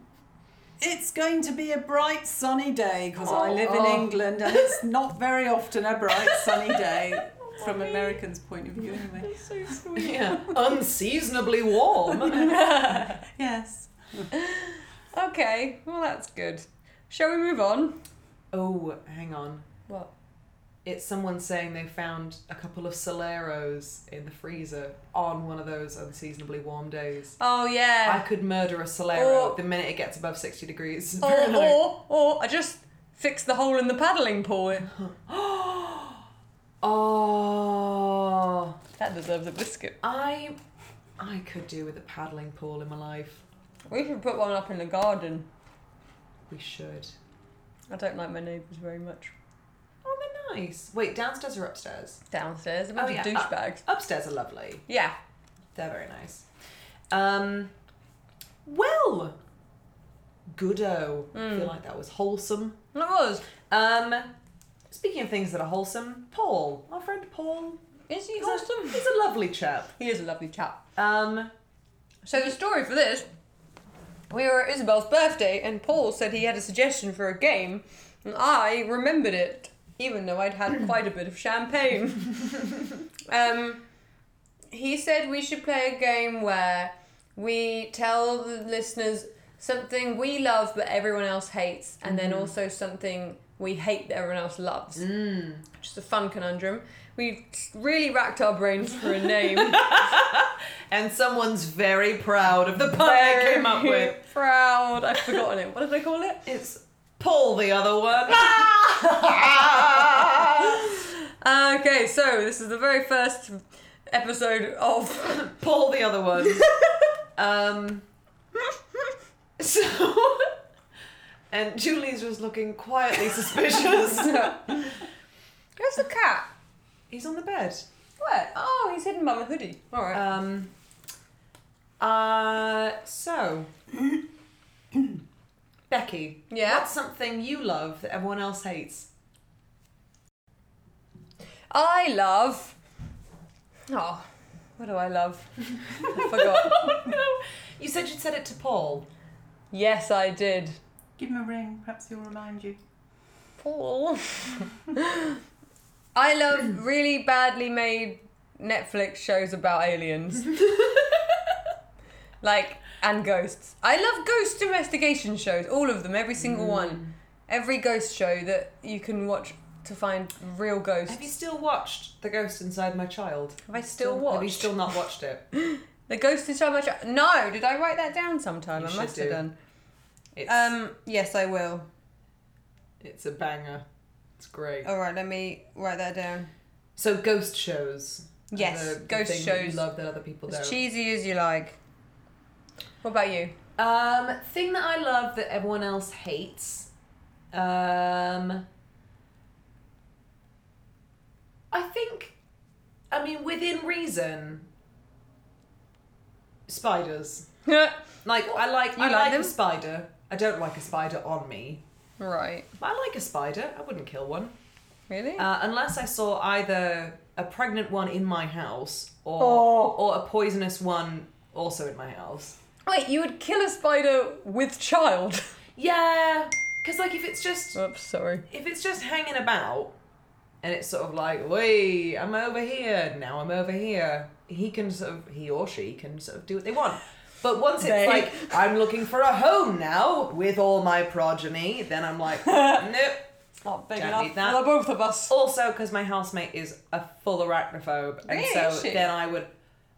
Speaker 3: it's going to be a bright sunny day because I live in
Speaker 1: Oh.
Speaker 3: England and it's not very often a bright sunny day from Americans' point of view, anyway.
Speaker 2: so sweet.
Speaker 1: Yeah. Unseasonably warm.
Speaker 3: Yes.
Speaker 2: Okay, well that's good. Shall we move on?
Speaker 1: oh, hang on.
Speaker 2: What?
Speaker 1: It's someone saying they found a couple of Soleros in the freezer on one of those unseasonably warm days.
Speaker 2: Oh
Speaker 1: I
Speaker 2: yeah.
Speaker 1: could murder a Solero
Speaker 2: Or-
Speaker 1: the minute it gets above 60 degrees.
Speaker 2: or, or or I just fixed the hole in the paddling pool.
Speaker 1: oh,
Speaker 2: That deserves a biscuit.
Speaker 1: I, I could do with a paddling pool in my life.
Speaker 2: We should put one up in the garden.
Speaker 1: We should.
Speaker 2: I don't like my neighbours very much.
Speaker 1: Oh, they're nice. Wait, downstairs or upstairs?
Speaker 2: Downstairs, a bunch
Speaker 1: Oh,
Speaker 2: of
Speaker 1: yeah.
Speaker 2: douchebags.
Speaker 1: Upstairs are lovely.
Speaker 2: Yeah.
Speaker 1: They're very nice. Um, well, goodo. I feel like that was wholesome.
Speaker 2: It was.
Speaker 1: Um, speaking of things that are wholesome, Paul, our friend Paul,
Speaker 2: Is he
Speaker 1: he's A,
Speaker 2: wholesome?
Speaker 1: he's a lovely chap.
Speaker 2: He is a lovely chap.
Speaker 1: Um,
Speaker 2: So the story for this, we were at Isabel's birthday, and Paul said he had a suggestion for a game, and I remembered it, even though I'd had quite a bit of champagne. um, he said we should play a game where we tell the listeners something we love but everyone else hates, and then also something we hate that everyone else loves. Which is a fun conundrum. We've really racked our brains for a name.
Speaker 1: and someone's very proud of the pun they
Speaker 2: Very
Speaker 1: came up with.
Speaker 2: Proud. I've forgotten it. What did I call it?
Speaker 1: It's Paul, the other one.
Speaker 2: Uh, Okay, so this is the very first episode of.
Speaker 1: Paul, the other one. Um, so, and Julie's was looking quietly suspicious.
Speaker 2: Where's the cat?
Speaker 1: He's on the bed.
Speaker 2: Where? Oh, he's hidden by my hoodie. All right.
Speaker 1: Um. Uh. So, Becky,
Speaker 2: yeah.
Speaker 1: what's something you love that everyone else hates?
Speaker 2: I love. Oh, what do I love? I forgot.
Speaker 1: no. You said you'd said it to Paul.
Speaker 2: Yes, I did.
Speaker 3: Give him a ring. Perhaps he'll remind you.
Speaker 2: Paul. I love really badly made Netflix shows about aliens. like, and ghosts. I love ghost investigation shows, all of them, every single
Speaker 1: Mm.
Speaker 2: one. Every ghost show that you can watch to find real ghosts.
Speaker 1: Have you still watched The Ghost Inside My Child?
Speaker 2: Have I still
Speaker 1: Have you
Speaker 2: watched?
Speaker 1: still not watched it?
Speaker 2: The Ghost Inside My Child? No, did I write that down sometime?
Speaker 1: You
Speaker 2: I
Speaker 1: should
Speaker 2: must have
Speaker 1: do.
Speaker 2: done.
Speaker 1: It's
Speaker 2: Um, yes, I will.
Speaker 1: it's a banger. It's great.
Speaker 2: Alright, let me write that down.
Speaker 1: So ghost shows. are
Speaker 2: Yes,
Speaker 1: the- the
Speaker 2: ghost
Speaker 1: thing that you
Speaker 2: shows.
Speaker 1: love that other people
Speaker 2: As
Speaker 1: don't.
Speaker 2: cheesy as you like. What about you?
Speaker 1: Um, thing that I love that everyone else hates. Um, I think, I mean, within reason, spiders. Like I like
Speaker 2: You
Speaker 1: I
Speaker 2: like
Speaker 1: like
Speaker 2: them?
Speaker 1: a spider. I don't like a spider on me.
Speaker 2: Right.
Speaker 1: I like a spider. I wouldn't kill one
Speaker 2: Really?
Speaker 1: uh, unless I saw either a pregnant one in my house or
Speaker 2: Oh.
Speaker 1: or a poisonous one also in my house.
Speaker 2: Wait, you would kill a spider with child?
Speaker 1: Yeah, because like if it's just
Speaker 2: Oops, sorry.
Speaker 1: if it's just hanging about, and it's sort of like, wait, I'm over here now. I'm over here. He can sort of he or she can sort of do what they want. But once
Speaker 2: They.
Speaker 1: it's like I'm looking for a home now with all my progeny, then I'm like, nope.
Speaker 2: It's not big
Speaker 1: Don't
Speaker 2: enough
Speaker 1: need that.
Speaker 2: for the both of us.
Speaker 1: Also, because my housemate is a full arachnophobe, and
Speaker 2: Really? Is
Speaker 1: so
Speaker 2: she?
Speaker 1: then I would,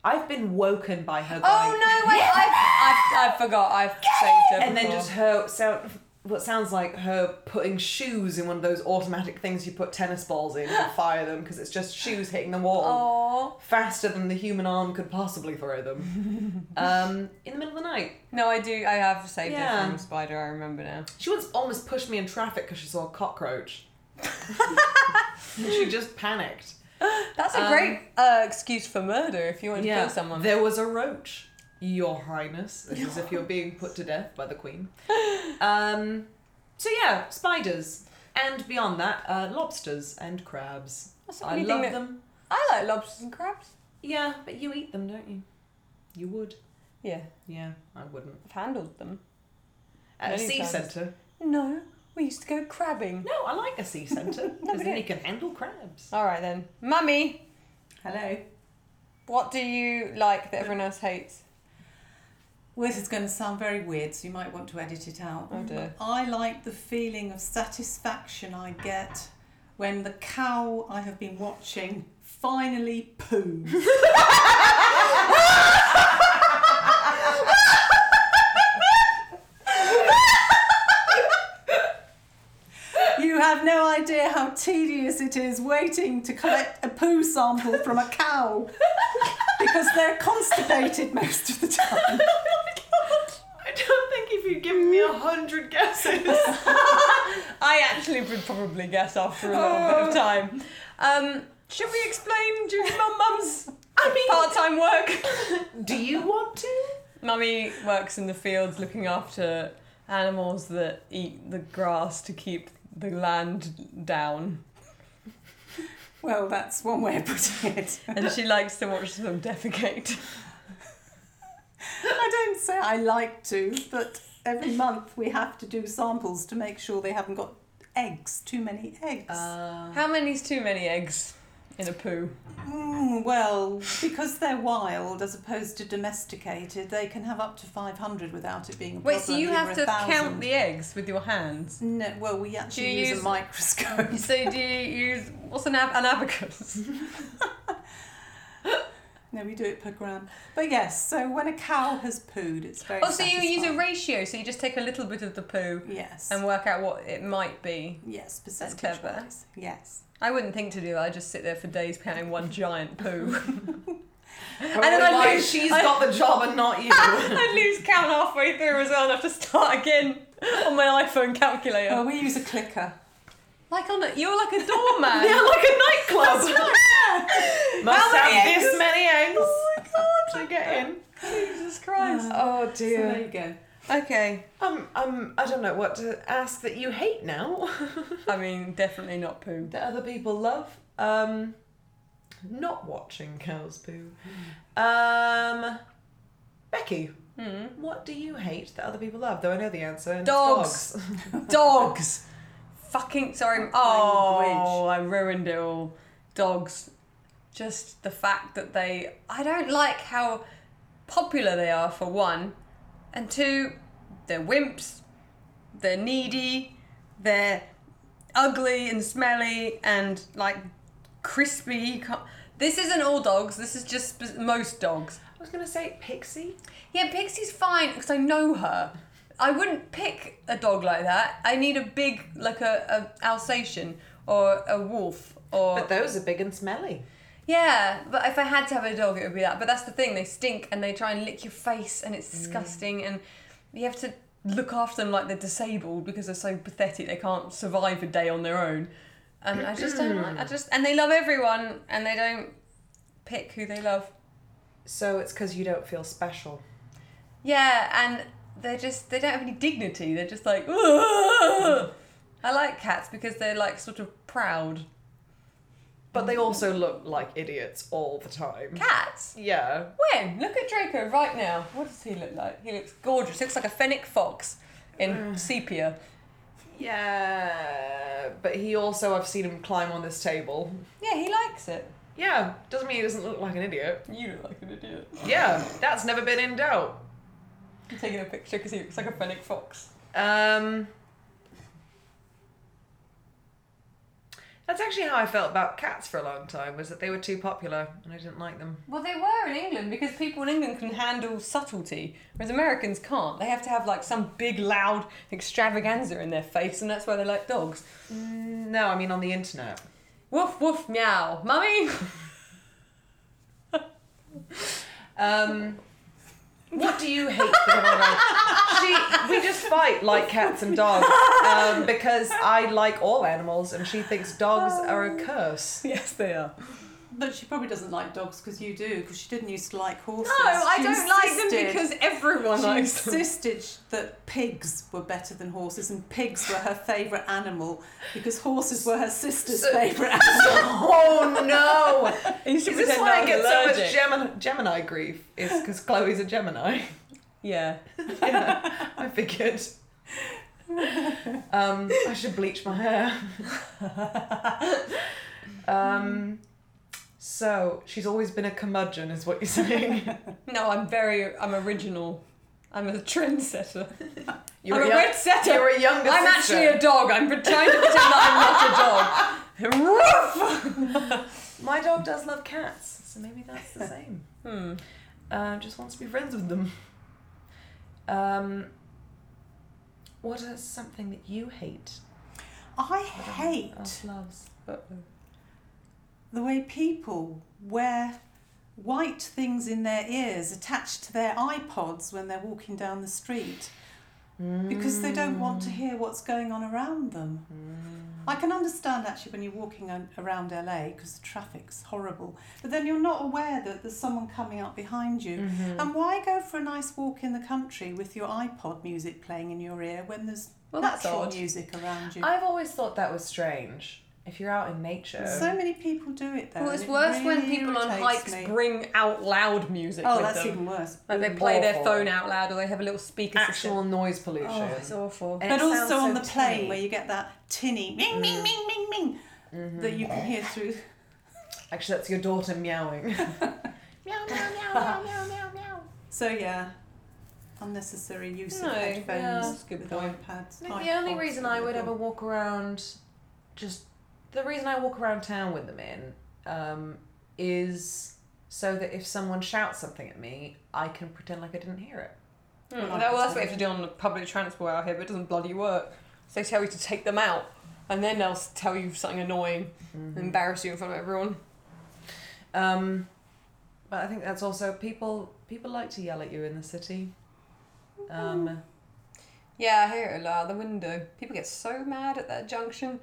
Speaker 1: I've been woken by her.
Speaker 2: Oh
Speaker 1: going,
Speaker 2: no! Wait, I I I forgot. I've saved her.
Speaker 1: and then
Speaker 2: before.
Speaker 1: just her sound what sounds like her putting shoes in one of those automatic things you put tennis balls in and fire them because it's just shoes hitting the wall
Speaker 2: Aw.
Speaker 1: faster than the human arm could possibly throw them um, in the middle of the night
Speaker 2: No, I do. I have saved her
Speaker 1: Yeah.
Speaker 2: from a spider. I remember now.
Speaker 1: she once almost pushed me in traffic because she saw a cockroach she just panicked
Speaker 2: That's a
Speaker 1: Um,
Speaker 2: great uh, excuse for murder if you want to kill someone.
Speaker 1: There was a roach, Your Highness, as if you're being put to death by the Queen. Um, so yeah, spiders, and beyond that, uh, lobsters and crabs.
Speaker 2: That's the
Speaker 1: I
Speaker 2: only
Speaker 1: love
Speaker 2: thing that-
Speaker 1: them.
Speaker 2: I like lobsters and crabs.
Speaker 1: Yeah, but you eat them, don't you? You would.
Speaker 2: Yeah,
Speaker 1: Yeah, I wouldn't.
Speaker 2: I've handled them.
Speaker 1: At
Speaker 2: No,
Speaker 1: a
Speaker 2: you
Speaker 1: sea
Speaker 2: can't.
Speaker 1: centre.
Speaker 2: No, we used to go crabbing.
Speaker 1: No, I like a sea centre
Speaker 2: No, but
Speaker 1: because then
Speaker 2: it-
Speaker 1: you can handle crabs.
Speaker 2: All right then, mummy.
Speaker 3: Hello.
Speaker 2: What do you like that everyone else hates?
Speaker 3: Well, this is going to sound very weird, so you might want to edit it out.
Speaker 2: Oh dear.
Speaker 3: I like the feeling of satisfaction I get when the cow I have been watching finally poos. you have no idea how tedious it is waiting to collect a poo sample from a cow because they're constipated most of the time.
Speaker 1: I don't think if you'd given me a hundred guesses.
Speaker 2: I actually would probably guess after a little bit of time. Um, should we explain June's mum mum's
Speaker 1: I mean-
Speaker 2: part-time work?
Speaker 1: Do you want to?
Speaker 2: Mummy works in the fields looking after animals that eat the grass to keep the land down.
Speaker 3: Well, that's one way of putting it.
Speaker 2: And she likes to watch them defecate.
Speaker 3: I don't say I like to, but every month we have to do samples to make sure they haven't got eggs, too many eggs.
Speaker 2: How many's too many eggs in a poo?
Speaker 3: Mm, well, because they're wild as opposed to domesticated, they can have up to 500 without it being a
Speaker 2: Wait,
Speaker 3: problem.
Speaker 2: so you have to
Speaker 3: over a
Speaker 2: count
Speaker 3: thousand.
Speaker 2: the eggs with your hands?
Speaker 3: No, well, we actually
Speaker 2: you
Speaker 3: use,
Speaker 2: use-
Speaker 3: a microscope.
Speaker 2: So do you use what's an, ab- an abacus?
Speaker 3: no, we do it per gram. But yes, so when a cow has pooed, it's very
Speaker 2: Oh, so you use a
Speaker 3: satisfying.
Speaker 2: ratio. So you just take a little bit of the poo
Speaker 3: Yes.
Speaker 2: and work out what it might be.
Speaker 3: yes, percentage
Speaker 2: clever.
Speaker 3: wise. Yes.
Speaker 2: I wouldn't think to do that. I just sit there for days counting one giant poo.
Speaker 1: And
Speaker 2: then I
Speaker 1: why
Speaker 2: lose-
Speaker 1: she's
Speaker 2: I-
Speaker 1: got the job and not you.
Speaker 2: I'd lose count halfway through as well and have to start again on my iPhone calculator.
Speaker 3: Well, we use a clicker.
Speaker 2: Like on a, you're like a doorman.
Speaker 1: Yeah, like a nightclub. Must
Speaker 2: How many
Speaker 1: have
Speaker 2: eggs?
Speaker 1: this many eggs.
Speaker 2: Oh my god!
Speaker 1: to get in.
Speaker 2: Jesus Christ.
Speaker 1: Oh
Speaker 3: So there you go.
Speaker 2: okay.
Speaker 1: Um, um, I don't know what to ask that you hate now.
Speaker 2: I mean, definitely not poo.
Speaker 1: that other people love. Um, not watching cows poo. Um, Becky,
Speaker 2: Hmm.
Speaker 1: what do you hate that other people love? Though I know the answer. and it's
Speaker 2: Dogs.
Speaker 1: dogs.
Speaker 2: Dogs. Fucking sorry. Oh, I ruined it all. Dogs. Just the fact that they. I don't like how popular they are for one, and two, they're wimps. They're needy. They're ugly and smelly and like crispy. You can't- This isn't all dogs. This is just spe- most dogs.
Speaker 1: I was gonna say Pixie.
Speaker 2: Yeah, Pixie's fine because I know her. I wouldn't pick a dog like that. I need a big, like a, a Alsatian or a wolf or
Speaker 1: But those are big and smelly.
Speaker 2: yeah. But if I had to have a dog, it would be that. But that's the thing; they stink and they try and lick your face, and it's disgusting. And you have to look after them like they're disabled because they're so pathetic. They can't survive a day on their own. And I just don't. like- I just and they love everyone, and they don't pick who they love.
Speaker 1: So it's because you don't feel special.
Speaker 2: Yeah, and they're just they don't have any dignity. They're just like "Ugh." I like cats because they're like sort of proud.
Speaker 1: But they also look like idiots all the time.
Speaker 2: Cats?
Speaker 1: Yeah.
Speaker 2: When? Look at Draco right now. What does he look like? He looks gorgeous. Looks like a fennec fox in sepia.
Speaker 1: Yeah, but he also I've seen him climb on this table.
Speaker 2: Yeah, he likes it.
Speaker 1: Yeah, doesn't mean he doesn't look like an idiot.
Speaker 2: You look like an idiot.
Speaker 1: Yeah, that's never been in doubt.
Speaker 2: I'm taking a picture because he looks like a fennec fox.
Speaker 1: Um, that's actually how I felt about cats for a long time. Was that they were too popular and I didn't like them.
Speaker 2: Well, they were in England because people in England can handle subtlety, whereas Americans can't. They have to have like some big, loud extravaganza in their face, and that's why they like dogs.
Speaker 1: No, I mean on the internet.
Speaker 2: Woof woof meow, mummy.
Speaker 1: Um, what do you hate? that I'm like? she, we just fight like cats and dogs um, because I like all animals and she thinks dogs are a curse.
Speaker 2: yes, they are.
Speaker 3: But she probably doesn't like dogs because you do, because she didn't used to like horses.
Speaker 2: No, I
Speaker 3: She
Speaker 2: don't like them
Speaker 3: insisted-
Speaker 2: because everyone
Speaker 3: She
Speaker 2: likes them.
Speaker 3: insisted that pigs were better than horses, and pigs were her favourite animal because horses were her sister's
Speaker 1: So-
Speaker 3: favourite animal.
Speaker 1: Oh no!
Speaker 2: I used to
Speaker 1: Is this
Speaker 2: pretend
Speaker 1: why I
Speaker 2: was
Speaker 1: get so much
Speaker 2: allergic.
Speaker 1: Gemini, Gemini grief? Is because Chloe's a Gemini.
Speaker 2: Yeah.
Speaker 1: yeah, I figured. Um, I should bleach my hair. um, so she's always been a curmudgeon, is what you're saying.
Speaker 2: No, I'm very. I'm original. I'm a trendsetter.
Speaker 1: You're
Speaker 2: I'm a
Speaker 1: young-
Speaker 2: trendsetter.
Speaker 1: You're a younger
Speaker 2: I'm
Speaker 1: sister.
Speaker 2: actually a dog. I'm pre- trying to pretend that I'm not a dog.
Speaker 1: My dog does love cats, so maybe that's the same.
Speaker 2: hmm.
Speaker 1: Uh, just wants to be friends with them. Um, what is something that you hate?
Speaker 3: I
Speaker 1: that
Speaker 3: hate
Speaker 1: Elf loves.
Speaker 3: the way people wear white things in their ears attached to their iPods when they're walking down the street because they don't want to hear what's going on around them. I can understand actually when you're walking on, around LA because the traffic's horrible, but then you're not aware that there's someone coming up behind you.
Speaker 2: Mm-hmm.
Speaker 3: And why go for a nice walk in the country with your iPod music playing in your ear when there's
Speaker 2: Well, that's
Speaker 3: natural
Speaker 2: odd.
Speaker 3: music around you?
Speaker 1: I've always thought that was strange. If you're out in nature,
Speaker 3: so many people do it though.
Speaker 2: Well, it's
Speaker 3: and it
Speaker 2: worse when
Speaker 3: really
Speaker 2: people on hikes
Speaker 3: irritates me.
Speaker 2: bring out loud music
Speaker 3: Oh,
Speaker 2: with
Speaker 3: that's
Speaker 2: them.
Speaker 3: even worse.
Speaker 2: like they play their
Speaker 1: awful.
Speaker 2: phone out loud or they have a little speaker system.
Speaker 1: actual noise pollution.
Speaker 2: Oh, it's awful.
Speaker 1: And
Speaker 3: But
Speaker 1: it sounds
Speaker 3: also on
Speaker 1: so Mm.
Speaker 3: the plane
Speaker 1: tinny.
Speaker 3: where you get that tinny ming, ming, ming, ming, ming that you can
Speaker 1: Mm-hmm.
Speaker 3: hear through.
Speaker 1: Actually, that's your daughter meowing.
Speaker 4: Meow, meow, meow, meow, meow, meow, meow.
Speaker 3: So, yeah, unnecessary use
Speaker 2: No,
Speaker 3: of
Speaker 2: yeah,
Speaker 3: headphones
Speaker 2: that's a good
Speaker 3: with
Speaker 2: point.
Speaker 3: iPads.
Speaker 1: I think the only
Speaker 3: iPods,
Speaker 1: reason I would
Speaker 3: whatever.
Speaker 1: ever walk around, just the reason I walk around town with them in, um, is so that if someone shouts something at me, I can pretend like I didn't hear it.
Speaker 2: Hmm, that- well, that's what you have to do on public transport out here, but it doesn't bloody work. So they tell you to take them out, and then they'll s- tell you something annoying, and embarrass you in front of everyone.
Speaker 1: Um, but I think that's also people people like to yell at you in the city. Um,
Speaker 2: Yeah, I hear it a lot out the window. People get so mad at that junction,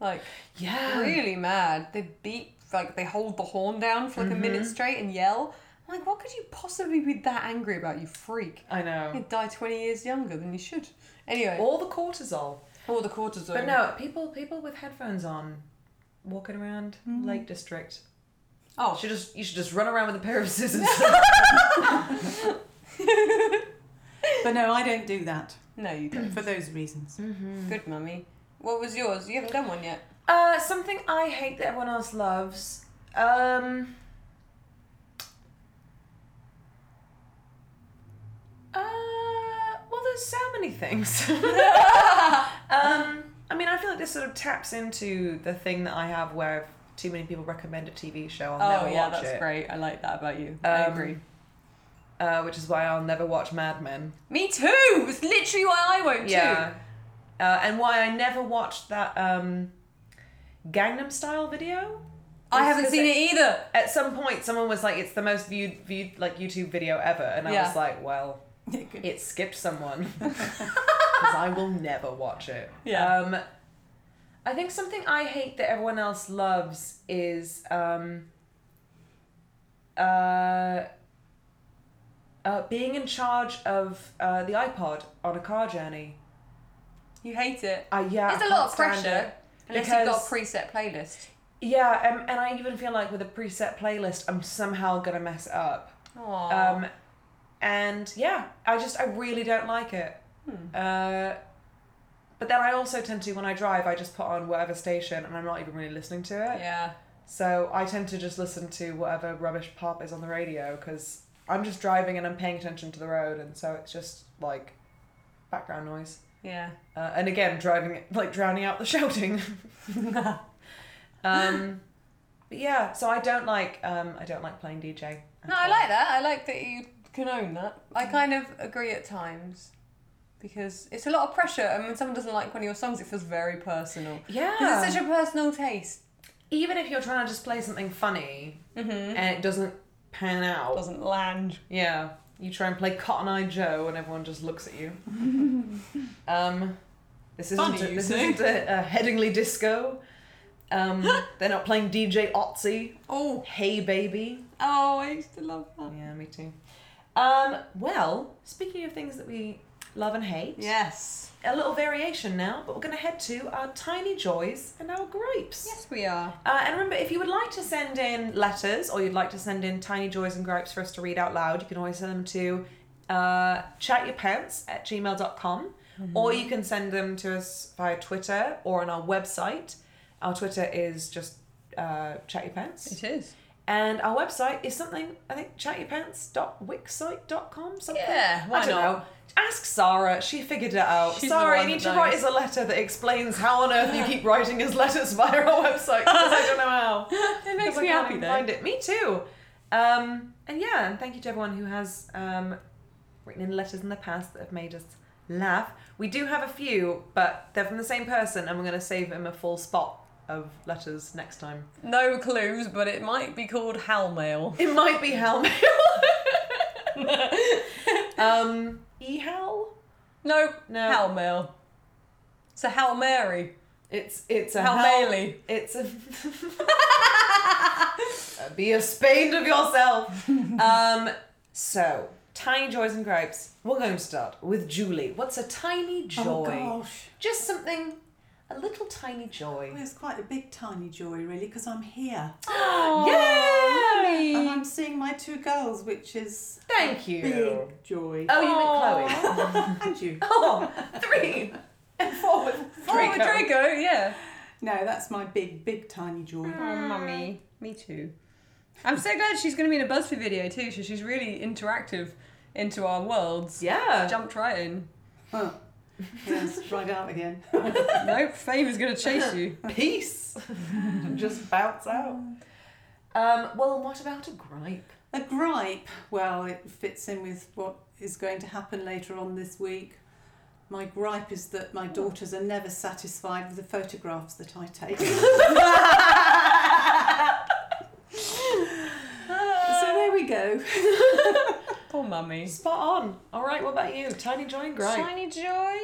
Speaker 2: like
Speaker 1: yeah,
Speaker 2: really mad. They beat, like they hold the horn down for like a
Speaker 1: Mm-hmm.
Speaker 2: minute straight and yell. I'm like, what could you possibly be that angry about, you freak?
Speaker 1: I know.
Speaker 2: You'd die 20 years younger than you should. Anyway, all,
Speaker 1: All the cortisol.
Speaker 2: the cortisone.
Speaker 1: But no, people people with headphones on, walking around Lake District.
Speaker 2: Oh.
Speaker 1: should just you should just run around with a pair of scissors.
Speaker 3: But no, I don't do that
Speaker 2: No, you don't.
Speaker 3: for those reasons.
Speaker 1: Mm.
Speaker 2: Good, mummy. What was yours? You haven't done one yet.
Speaker 1: uh, something I hate that everyone else loves. Um. Uh, well, there's so many things. um, I mean, I feel like this sort of taps into the thing that I have where if too many people recommend a TV show, I'll
Speaker 2: oh,
Speaker 1: never
Speaker 2: yeah,
Speaker 1: watch
Speaker 2: that's
Speaker 1: it.
Speaker 2: great. I like that about you. I
Speaker 1: Um,
Speaker 2: agree.
Speaker 1: Uh, which is why I'll never watch Mad Men.
Speaker 2: Me too! It's literally why I won't,
Speaker 1: Yeah. Uh, and why I never watched that um, Gangnam Style video.
Speaker 2: I
Speaker 1: It's
Speaker 2: haven't
Speaker 1: 'cause
Speaker 2: seen it either.
Speaker 1: At some point, someone was like, "It's the most viewed viewed like YouTube video ever," and I
Speaker 2: Yeah.
Speaker 1: was like, "Well,
Speaker 3: Yeah, good.
Speaker 1: it skipped someone because I will never watch it."
Speaker 2: Yeah.
Speaker 1: Um, I think something I hate that everyone else loves is um, uh, uh, being in charge of uh, the iPod on a car journey.
Speaker 2: You hate it.
Speaker 1: Uh, yeah, I
Speaker 2: it's a
Speaker 1: can't
Speaker 2: lot of
Speaker 1: stand
Speaker 2: pressure.
Speaker 1: it.
Speaker 2: Unless
Speaker 1: because-
Speaker 2: you've got a preset playlist.
Speaker 1: Yeah, um, and I even feel like with a preset playlist, I'm somehow gonna mess it up.
Speaker 2: Aww.
Speaker 1: Um,
Speaker 2: Hmm.
Speaker 1: and yeah, I just I really don't like it. Uh, But then I also tend to, when I drive, I just put on whatever station and I'm not even really listening to it.
Speaker 2: Yeah.
Speaker 1: So I tend to just listen to whatever rubbish pop is on the radio because I'm just driving and I'm paying attention to the road, and so it's just like background noise.
Speaker 2: Yeah.
Speaker 1: Uh, and again, driving like drowning out the shouting. um, but yeah, so I don't like um, I don't like playing DJ. at
Speaker 2: No, I
Speaker 1: all.
Speaker 2: like that. I like that you can own that. I kind of agree at times because it's a lot of pressure, and when someone doesn't like one of your songs, it feels very personal.
Speaker 1: Yeah,
Speaker 2: Because it's such a personal taste.
Speaker 1: even if you're trying to just play something funny
Speaker 2: Mm-hmm.
Speaker 1: and it doesn't pan out,
Speaker 2: Doesn't land.
Speaker 1: yeah, you try and play Cotton Eye Joe and everyone just looks at you. um, this isn't,
Speaker 3: Funny,
Speaker 1: a,
Speaker 3: you
Speaker 1: this
Speaker 3: say.
Speaker 1: isn't a, a Headingly Disco. Um, they're not playing DJ Otzi.
Speaker 2: Oh,
Speaker 1: Hey Baby.
Speaker 2: oh, I used to love that.
Speaker 1: Yeah, me too. Um, well, speaking of things that we love and hate,
Speaker 2: Yes.
Speaker 1: a little variation now, but we're going to head to our tiny joys and our gripes.
Speaker 2: Yes, we are.
Speaker 1: Uh, and remember, if you would like to send in letters or you'd like to send in tiny joys and gripes for us to read out loud, you can always send them to uh, chatyourpants at gmail.com or you can send them to us via Twitter or on our website. Our Twitter is just uh, chatyourpants.
Speaker 2: It is.
Speaker 1: And our website is something, I think, chatyourpants.wixsite.com, something.
Speaker 2: Yeah, why
Speaker 1: I don't
Speaker 2: not?
Speaker 1: know. Ask Sarah, she figured it out.
Speaker 2: She's the
Speaker 1: Sarah,
Speaker 2: one
Speaker 1: you need
Speaker 2: that
Speaker 1: to
Speaker 2: knows.
Speaker 1: write us a letter that explains how on earth you keep writing us letters via our website, because I don't know how.
Speaker 2: It makes
Speaker 1: 'Cause I
Speaker 2: me
Speaker 1: can't
Speaker 2: happy
Speaker 1: even
Speaker 2: though.
Speaker 1: find it. Me too. Um, and yeah, and thank you to everyone who has um, written in letters in the past that have made us laugh. We do have a few, but they're from the same person, and we're going to save him a full spot of letters next time.
Speaker 2: No clues, but it might be called Hal Mail.
Speaker 1: It might be Hal Mail. um, E Hal?
Speaker 2: No,
Speaker 1: No.
Speaker 2: Hal Mail. It's a Hal Mary.
Speaker 1: It's it's a
Speaker 2: Hal Bailey.
Speaker 1: It's a. Be a spade of yourself. um, so tiny joys and gripes. We're going to start with Julie. What's a tiny joy?
Speaker 3: Oh gosh.
Speaker 1: Just something, a little tiny joy.
Speaker 3: Well, it's quite a big, tiny joy, really, because I'm here
Speaker 1: yeah.
Speaker 3: and I'm seeing my two girls, which is
Speaker 1: Thank you.
Speaker 3: big joy.
Speaker 1: Oh, you meant Chloe.
Speaker 3: and you.
Speaker 1: Oh, three and four with
Speaker 2: Oh,
Speaker 1: Draco.
Speaker 2: Draco, yeah.
Speaker 3: No, that's my big, big, tiny joy.
Speaker 2: Oh, mummy. Me too. I'm so glad she's going to be in a BuzzFeed video too, so she's really interactive into our worlds.
Speaker 1: Yeah.
Speaker 2: Jumped right in.
Speaker 3: Huh. Yes, right out again.
Speaker 2: nope, fame is going to chase you.
Speaker 1: peace. Just bounce out. Um, well, what about a gripe?
Speaker 3: A gripe. Well, it fits in with what is going to happen later on this week. My gripe is that my daughters are never satisfied with the photographs that I take. so there we go.
Speaker 2: Poor mummy.
Speaker 1: Spot on. All right, what about you? Tiny joy and gripe.
Speaker 2: Shiny joy.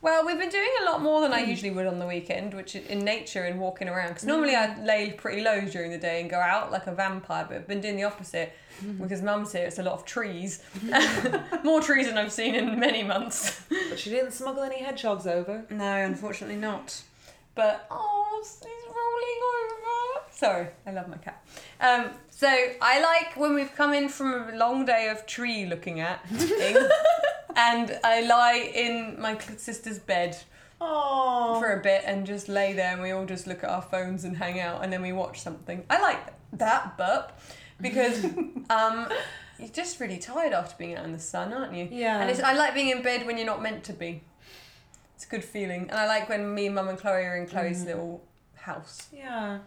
Speaker 2: Well, we've been doing a lot more than I usually would on the weekend, which is in nature and walking around. Because normally I lay pretty low during the day and go out like a vampire, but I've been doing the opposite because Mum's here. It's a lot of trees, more trees than I've seen in many months.
Speaker 1: But she didn't smuggle any hedgehogs over.
Speaker 2: No, unfortunately not. But oh, he's rolling over. Sorry, I love my cat. Um, so I like when we've come in from a long day of tree looking at, things, and I lie in my cl- sister's bed
Speaker 1: Oh.
Speaker 2: for a bit and just lay there, and we all just look at our phones and hang out, and then we watch something. I like that burp because um, you're just really tired after being out in the sun, aren't you?
Speaker 1: Yeah.
Speaker 2: And it's, I like being in bed when you're not meant to be. It's a good feeling. And I like when me, mum, and Chloe are in Chloe's
Speaker 1: Mm-hmm.
Speaker 2: little house.
Speaker 1: Yeah.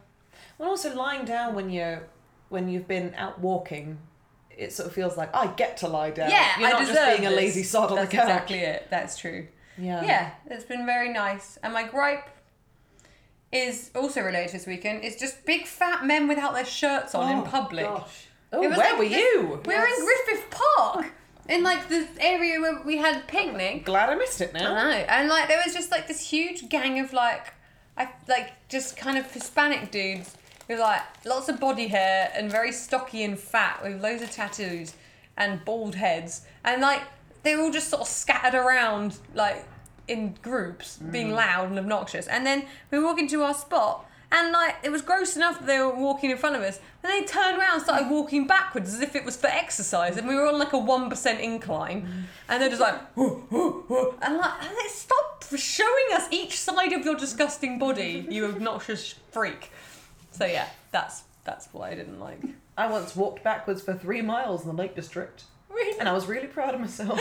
Speaker 1: Well, also lying down when you're when you've been out walking, it sort of feels like I get to lie down.
Speaker 2: yeah,
Speaker 1: you're
Speaker 2: I
Speaker 1: not
Speaker 2: deserve
Speaker 1: just being a
Speaker 2: this.
Speaker 1: lazy sod on
Speaker 2: That's
Speaker 1: the couch. Um,
Speaker 2: exactly it. That's true.
Speaker 1: Yeah.
Speaker 2: yeah, it's been very nice. And my gripe is also related to this weekend. It's just big fat men without their shirts on in
Speaker 3: Oh,
Speaker 2: public.
Speaker 3: Gosh.
Speaker 1: Oh,
Speaker 2: It
Speaker 1: where
Speaker 2: was like
Speaker 1: were
Speaker 2: this-
Speaker 1: you?
Speaker 2: We were in
Speaker 3: Yes.
Speaker 2: Griffith Park, in like the area where we had a picnic.
Speaker 1: Glad I missed it
Speaker 2: I
Speaker 1: now.
Speaker 2: know, and like there was just like this huge gang of like, I like just kind of Hispanic dudes with like lots of body hair and very stocky and fat with loads of tattoos and bald heads, and like they were all just sort of scattered around like in groups, being loud and obnoxious. And then we walk into our spot. And like it was gross enough that they were walking in front of us, and they turned around and started walking backwards as if it was for exercise, and we were on like a one percent incline, and they're just like, and like, and they- stop Stop showing us each side of your disgusting body, you obnoxious freak. So yeah, that's that's what I didn't like.
Speaker 1: I once walked backwards for three miles in the Lake District,
Speaker 2: Really,
Speaker 1: and I was really proud of myself.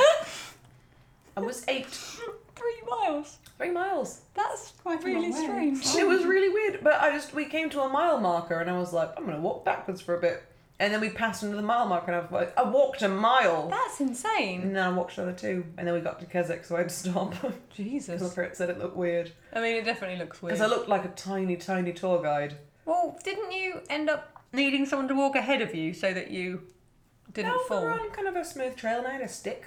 Speaker 1: I was eight,
Speaker 2: three miles.
Speaker 1: three miles.
Speaker 2: That's
Speaker 3: Quite a
Speaker 2: really
Speaker 3: long way.
Speaker 2: strange.
Speaker 1: It was really weird, but I just we came to a mile marker, and I was like, I'm gonna walk backwards for a bit, and then we passed another mile marker, and I was like, I walked a mile.
Speaker 2: That's insane.
Speaker 1: And then I watched the other two, and then we got to Keswick, so I had to stop.
Speaker 2: Jesus.
Speaker 1: Because it said it looked weird.
Speaker 2: I mean, it definitely looks weird.
Speaker 1: Because I looked like a tiny, tiny tour guide.
Speaker 2: well, didn't you end up needing someone to walk ahead of you so that you didn't
Speaker 1: no, we
Speaker 2: fall?
Speaker 1: were on kind of a smooth trail, and I had a stick.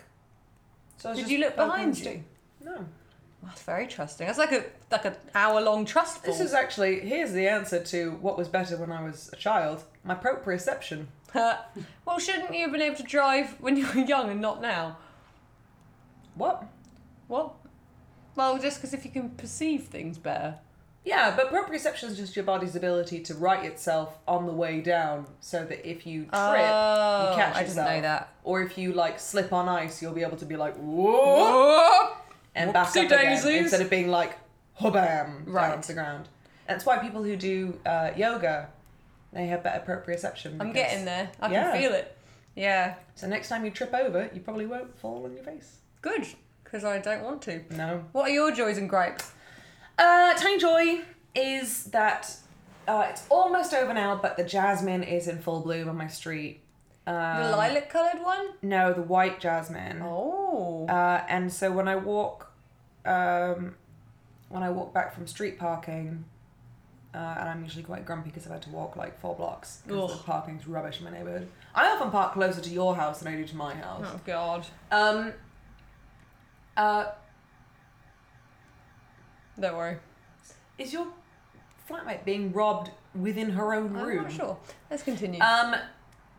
Speaker 1: So I was
Speaker 2: Did
Speaker 1: just
Speaker 2: you look
Speaker 1: poking
Speaker 2: behind
Speaker 1: the-
Speaker 2: you?
Speaker 1: No.
Speaker 2: That's very trusting. That's like a like an hour long trust fall.
Speaker 1: This is actually here's the answer to what was better when I was a child. My proprioception.
Speaker 2: well, shouldn't you have been able to drive when you were young and not now?
Speaker 1: What?
Speaker 2: What? Well, just because if you can perceive things better.
Speaker 1: Yeah, but proprioception is just your body's ability to right itself on the way down, so that if you trip,
Speaker 2: Oh,
Speaker 1: you catch
Speaker 2: I didn't
Speaker 1: yourself.
Speaker 2: know that.
Speaker 1: Or if you like slip on ice, you'll be able to be like whoa, Oh!
Speaker 2: Whoop.
Speaker 1: and back up
Speaker 2: Whoopsie
Speaker 1: again
Speaker 2: daisies.
Speaker 1: instead of being like hubam down
Speaker 2: Right.
Speaker 1: to the ground. That's why people who do uh, yoga, they have better proprioception.
Speaker 2: I'm
Speaker 1: because-
Speaker 2: getting there. I
Speaker 1: Yeah.
Speaker 2: can feel it. Yeah.
Speaker 1: So next time you trip over, you probably won't fall on your face.
Speaker 2: Good. Because I don't want to.
Speaker 1: No.
Speaker 2: What are your joys and gripes?
Speaker 1: Uh, Tiny Joy is that uh, it's almost over now, but the jasmine is in full bloom on my street.
Speaker 2: The
Speaker 1: Um,
Speaker 2: lilac coloured one?
Speaker 1: no, the white jasmine.
Speaker 2: Oh.
Speaker 1: Uh, and so when I walk, um, when I walk back from street parking, uh, and I'm usually quite grumpy because I've had to walk like four blocks because the
Speaker 2: Ugh.
Speaker 1: parking's rubbish in my neighborhood. I often park closer to your house than I do to my house.
Speaker 2: oh, God.
Speaker 1: Um, uh,
Speaker 2: Don't worry.
Speaker 1: is your flatmate being robbed within her own
Speaker 2: I'm
Speaker 1: room?
Speaker 2: not sure. Let's continue.
Speaker 1: Um,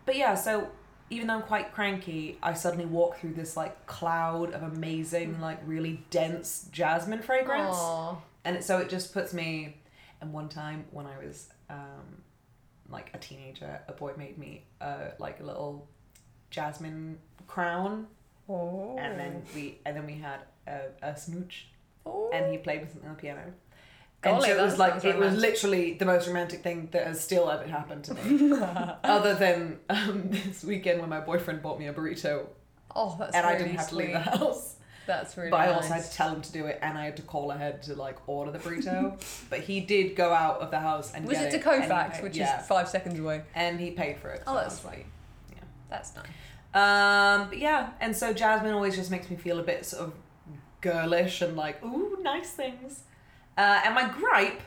Speaker 1: but yeah, so even though I'm quite cranky, I suddenly walk through this like cloud of amazing, like really dense jasmine fragrance,
Speaker 2: Aw.
Speaker 1: and it, so it just puts me. And one time when I was um, like a teenager, a boy made me uh, like a little jasmine crown,
Speaker 2: Oh.
Speaker 1: and then we and then we had a, a smooch,
Speaker 2: Oh.
Speaker 1: and he played with something on the piano. and
Speaker 2: Golly,
Speaker 1: so it
Speaker 2: that
Speaker 1: was like
Speaker 2: sounds
Speaker 1: it was
Speaker 2: romantic.
Speaker 1: literally the most romantic thing that has still ever happened to me other than um, this weekend when my boyfriend bought me a burrito
Speaker 2: oh, that's
Speaker 1: and I
Speaker 2: really
Speaker 1: didn't have
Speaker 2: sweet.
Speaker 1: to leave the house.
Speaker 2: That's really
Speaker 1: but I
Speaker 2: nice.
Speaker 1: also had to tell him to do it and I had to call ahead to like order the burrito. but he did go out of the house and
Speaker 2: was
Speaker 1: get
Speaker 2: it to
Speaker 1: and he
Speaker 2: Kofax,
Speaker 1: paid-
Speaker 2: which
Speaker 1: yeah,
Speaker 2: is five seconds away?
Speaker 1: and he paid for it.
Speaker 2: Oh,
Speaker 1: so I
Speaker 2: that's
Speaker 1: was like,
Speaker 2: That's nice.
Speaker 1: um, but yeah, and so jasmine always just makes me feel a bit sort of girlish and like, ooh, nice things. Uh, and my gripe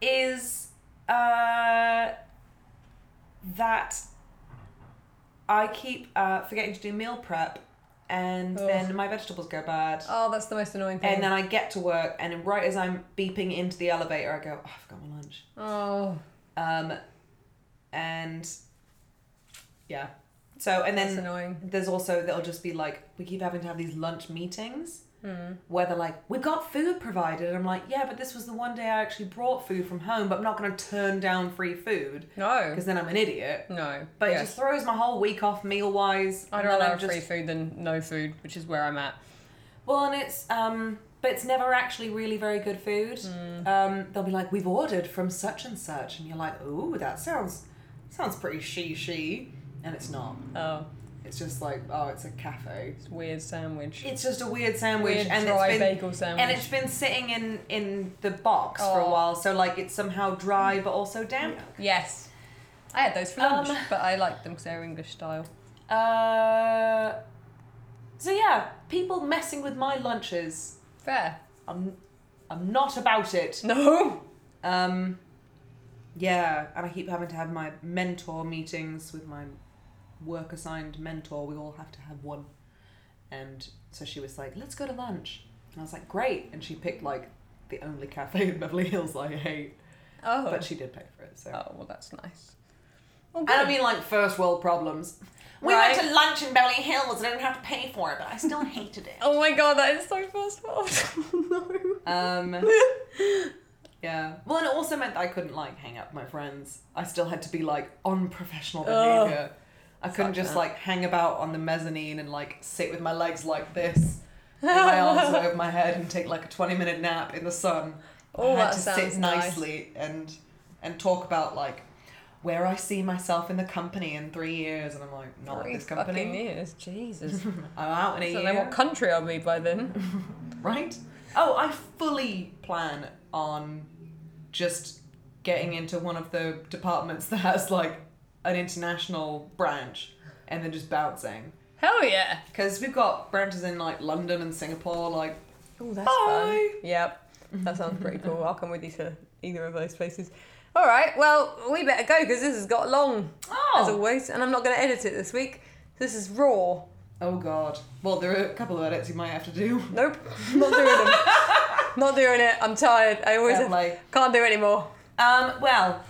Speaker 1: is uh, that I keep uh, forgetting to do meal prep, and
Speaker 2: Ugh.
Speaker 1: then my vegetables go bad.
Speaker 2: Oh, that's the most annoying thing.
Speaker 1: And um, then I get to work, and right as I'm beeping into the elevator, I go, oh, I forgot my lunch.
Speaker 2: oh,
Speaker 1: Um, and yeah. So, and
Speaker 2: that's
Speaker 1: then
Speaker 2: annoying.
Speaker 1: there's also that'll just be like we keep having to have these lunch meetings
Speaker 2: Hmm.
Speaker 1: where they're like we got food provided and i'm like yeah but this was the one day i actually brought food from home but i'm not going to turn down free food
Speaker 2: No.
Speaker 1: because then i'm an idiot
Speaker 2: No.
Speaker 1: but it
Speaker 2: yes.
Speaker 1: just throws my whole week off meal wise
Speaker 2: I'd
Speaker 1: and then
Speaker 2: rather
Speaker 1: I'm
Speaker 2: have
Speaker 1: just
Speaker 2: free food than no food, which is where I'm at.
Speaker 1: well and it's um but it's never actually really very good food
Speaker 2: Hmm.
Speaker 1: um they'll be like we've ordered from such and such and you're like ooh that sounds sounds pretty she she and it's not
Speaker 2: Oh,
Speaker 1: it's just like oh it's a cafe
Speaker 2: it's a weird sandwich.
Speaker 1: it's just a weird sandwich
Speaker 2: weird
Speaker 1: and
Speaker 2: dry
Speaker 1: it's been
Speaker 2: bagel sandwich.
Speaker 1: and it's been sitting in in the box for a
Speaker 2: Oh.
Speaker 1: while so like it's somehow dry but also damp
Speaker 2: yes. I had those for lunch,
Speaker 1: Um,
Speaker 2: but I liked them because they're English style.
Speaker 1: uh so yeah people messing with my lunches
Speaker 2: Fair.
Speaker 1: i'm i'm not about it
Speaker 2: No.
Speaker 1: um yeah and i keep having to have my mentor meetings with my work assigned mentor we all have to have one and so she was like let's go to lunch and i was like great and she picked like the only cafe in beverly hills i hate
Speaker 2: Oh.
Speaker 1: but she did pay for it so
Speaker 2: oh, well, that's nice. Well,
Speaker 1: I don't
Speaker 2: good.
Speaker 1: mean like first world problems.
Speaker 4: We
Speaker 2: Right.
Speaker 4: went to lunch in Beverly Hills and I didn't have to pay for it, but I still hated it.
Speaker 2: Oh my god, that is so first world. no.
Speaker 1: Um, yeah. Well, and it also meant that I couldn't like hang out with my friends. I still had to be like on professional
Speaker 2: Ugh.
Speaker 1: behavior. I couldn't
Speaker 2: Fuck
Speaker 1: just
Speaker 2: that.
Speaker 1: like hang about on the mezzanine and like sit with my legs like this and my arms were over my head and take like a 20 minute nap in the sun.
Speaker 2: Oh,
Speaker 1: I had
Speaker 2: that
Speaker 1: to
Speaker 2: sounds
Speaker 1: sit
Speaker 2: nice.
Speaker 1: nicely and and talk about like where I see myself in the company in three years, and I'm like, not
Speaker 2: Three
Speaker 1: this company.
Speaker 2: fucking years. Jesus. Mm-hmm.
Speaker 1: I'm out in a
Speaker 2: I don't know
Speaker 1: year,
Speaker 2: what country I'll be by then.
Speaker 1: right? Oh, I fully plan on just getting into one of the departments that has like an international branch, and then just bouncing
Speaker 2: Hell yeah.
Speaker 1: because we've got branches in like London and Singapore, like
Speaker 2: Oh, that's
Speaker 1: Bye.
Speaker 2: fun. Yep. That sounds pretty cool. I'll come with you to either of those places. All right. Well, we better go because this has got long, as
Speaker 1: oh,
Speaker 2: always, and I'm not going to edit it this week. This is raw.
Speaker 1: oh god. Well, there are a couple of edits you might have to do.
Speaker 2: Nope. Not doing them. not doing it. I'm tired. I always
Speaker 1: Yeah, like-
Speaker 2: can't do it anymore.
Speaker 1: Um, well,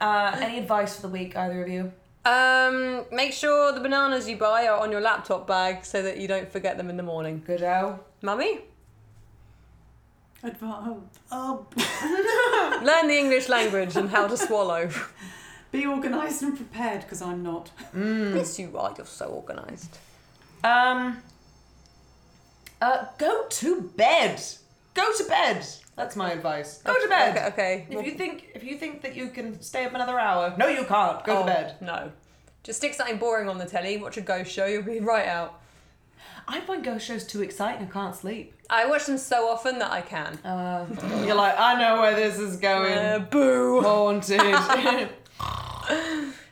Speaker 1: uh, any advice for the week, either of you?
Speaker 2: Um, make sure the bananas you buy are on your laptop bag so that you don't forget them in the morning.
Speaker 1: Good O.
Speaker 2: Mummy,
Speaker 3: Advi- oh, oh,
Speaker 2: learn the English language and how to swallow.
Speaker 3: be organised and prepared because I'm not.
Speaker 1: Hmm.
Speaker 2: yes, you are. You're so organised.
Speaker 1: Um, uh, go to bed. Go to bed. That's my advice. Go to bed.
Speaker 2: Okay. okay.
Speaker 1: If you think if you think that you can stay up another hour, no, you can't. Go
Speaker 2: Oh,
Speaker 1: to bed.
Speaker 2: No. Just stick something boring on the telly. Watch a ghost show. You'll be right out.
Speaker 1: I find ghost shows too exciting. I can't sleep.
Speaker 2: I watch them so often that I can.
Speaker 1: Uh, you're like, I know where this is going.
Speaker 2: Uh, boo.
Speaker 1: Haunted.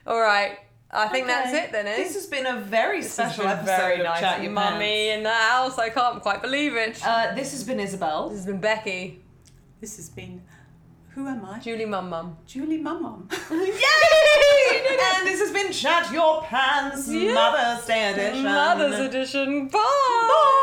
Speaker 2: All right. I think that's
Speaker 1: Okay.
Speaker 2: it then. Eh?
Speaker 1: This has been a very special
Speaker 2: It's been
Speaker 1: episode
Speaker 2: very
Speaker 1: of
Speaker 2: nice
Speaker 1: Chat Your
Speaker 2: mummy in the house. I can't quite believe it.
Speaker 1: Pants. Uh, this has been Isabel.
Speaker 2: this has been Becky,
Speaker 3: This has been. Who am I?
Speaker 2: Julie Mum Mum.
Speaker 3: Julie Mum Mum.
Speaker 1: Yay! and this has been Chat Your Pants
Speaker 2: Yeah.
Speaker 1: Mother's Day edition.
Speaker 2: uh, Mother's Edition. Bye.
Speaker 1: Bye.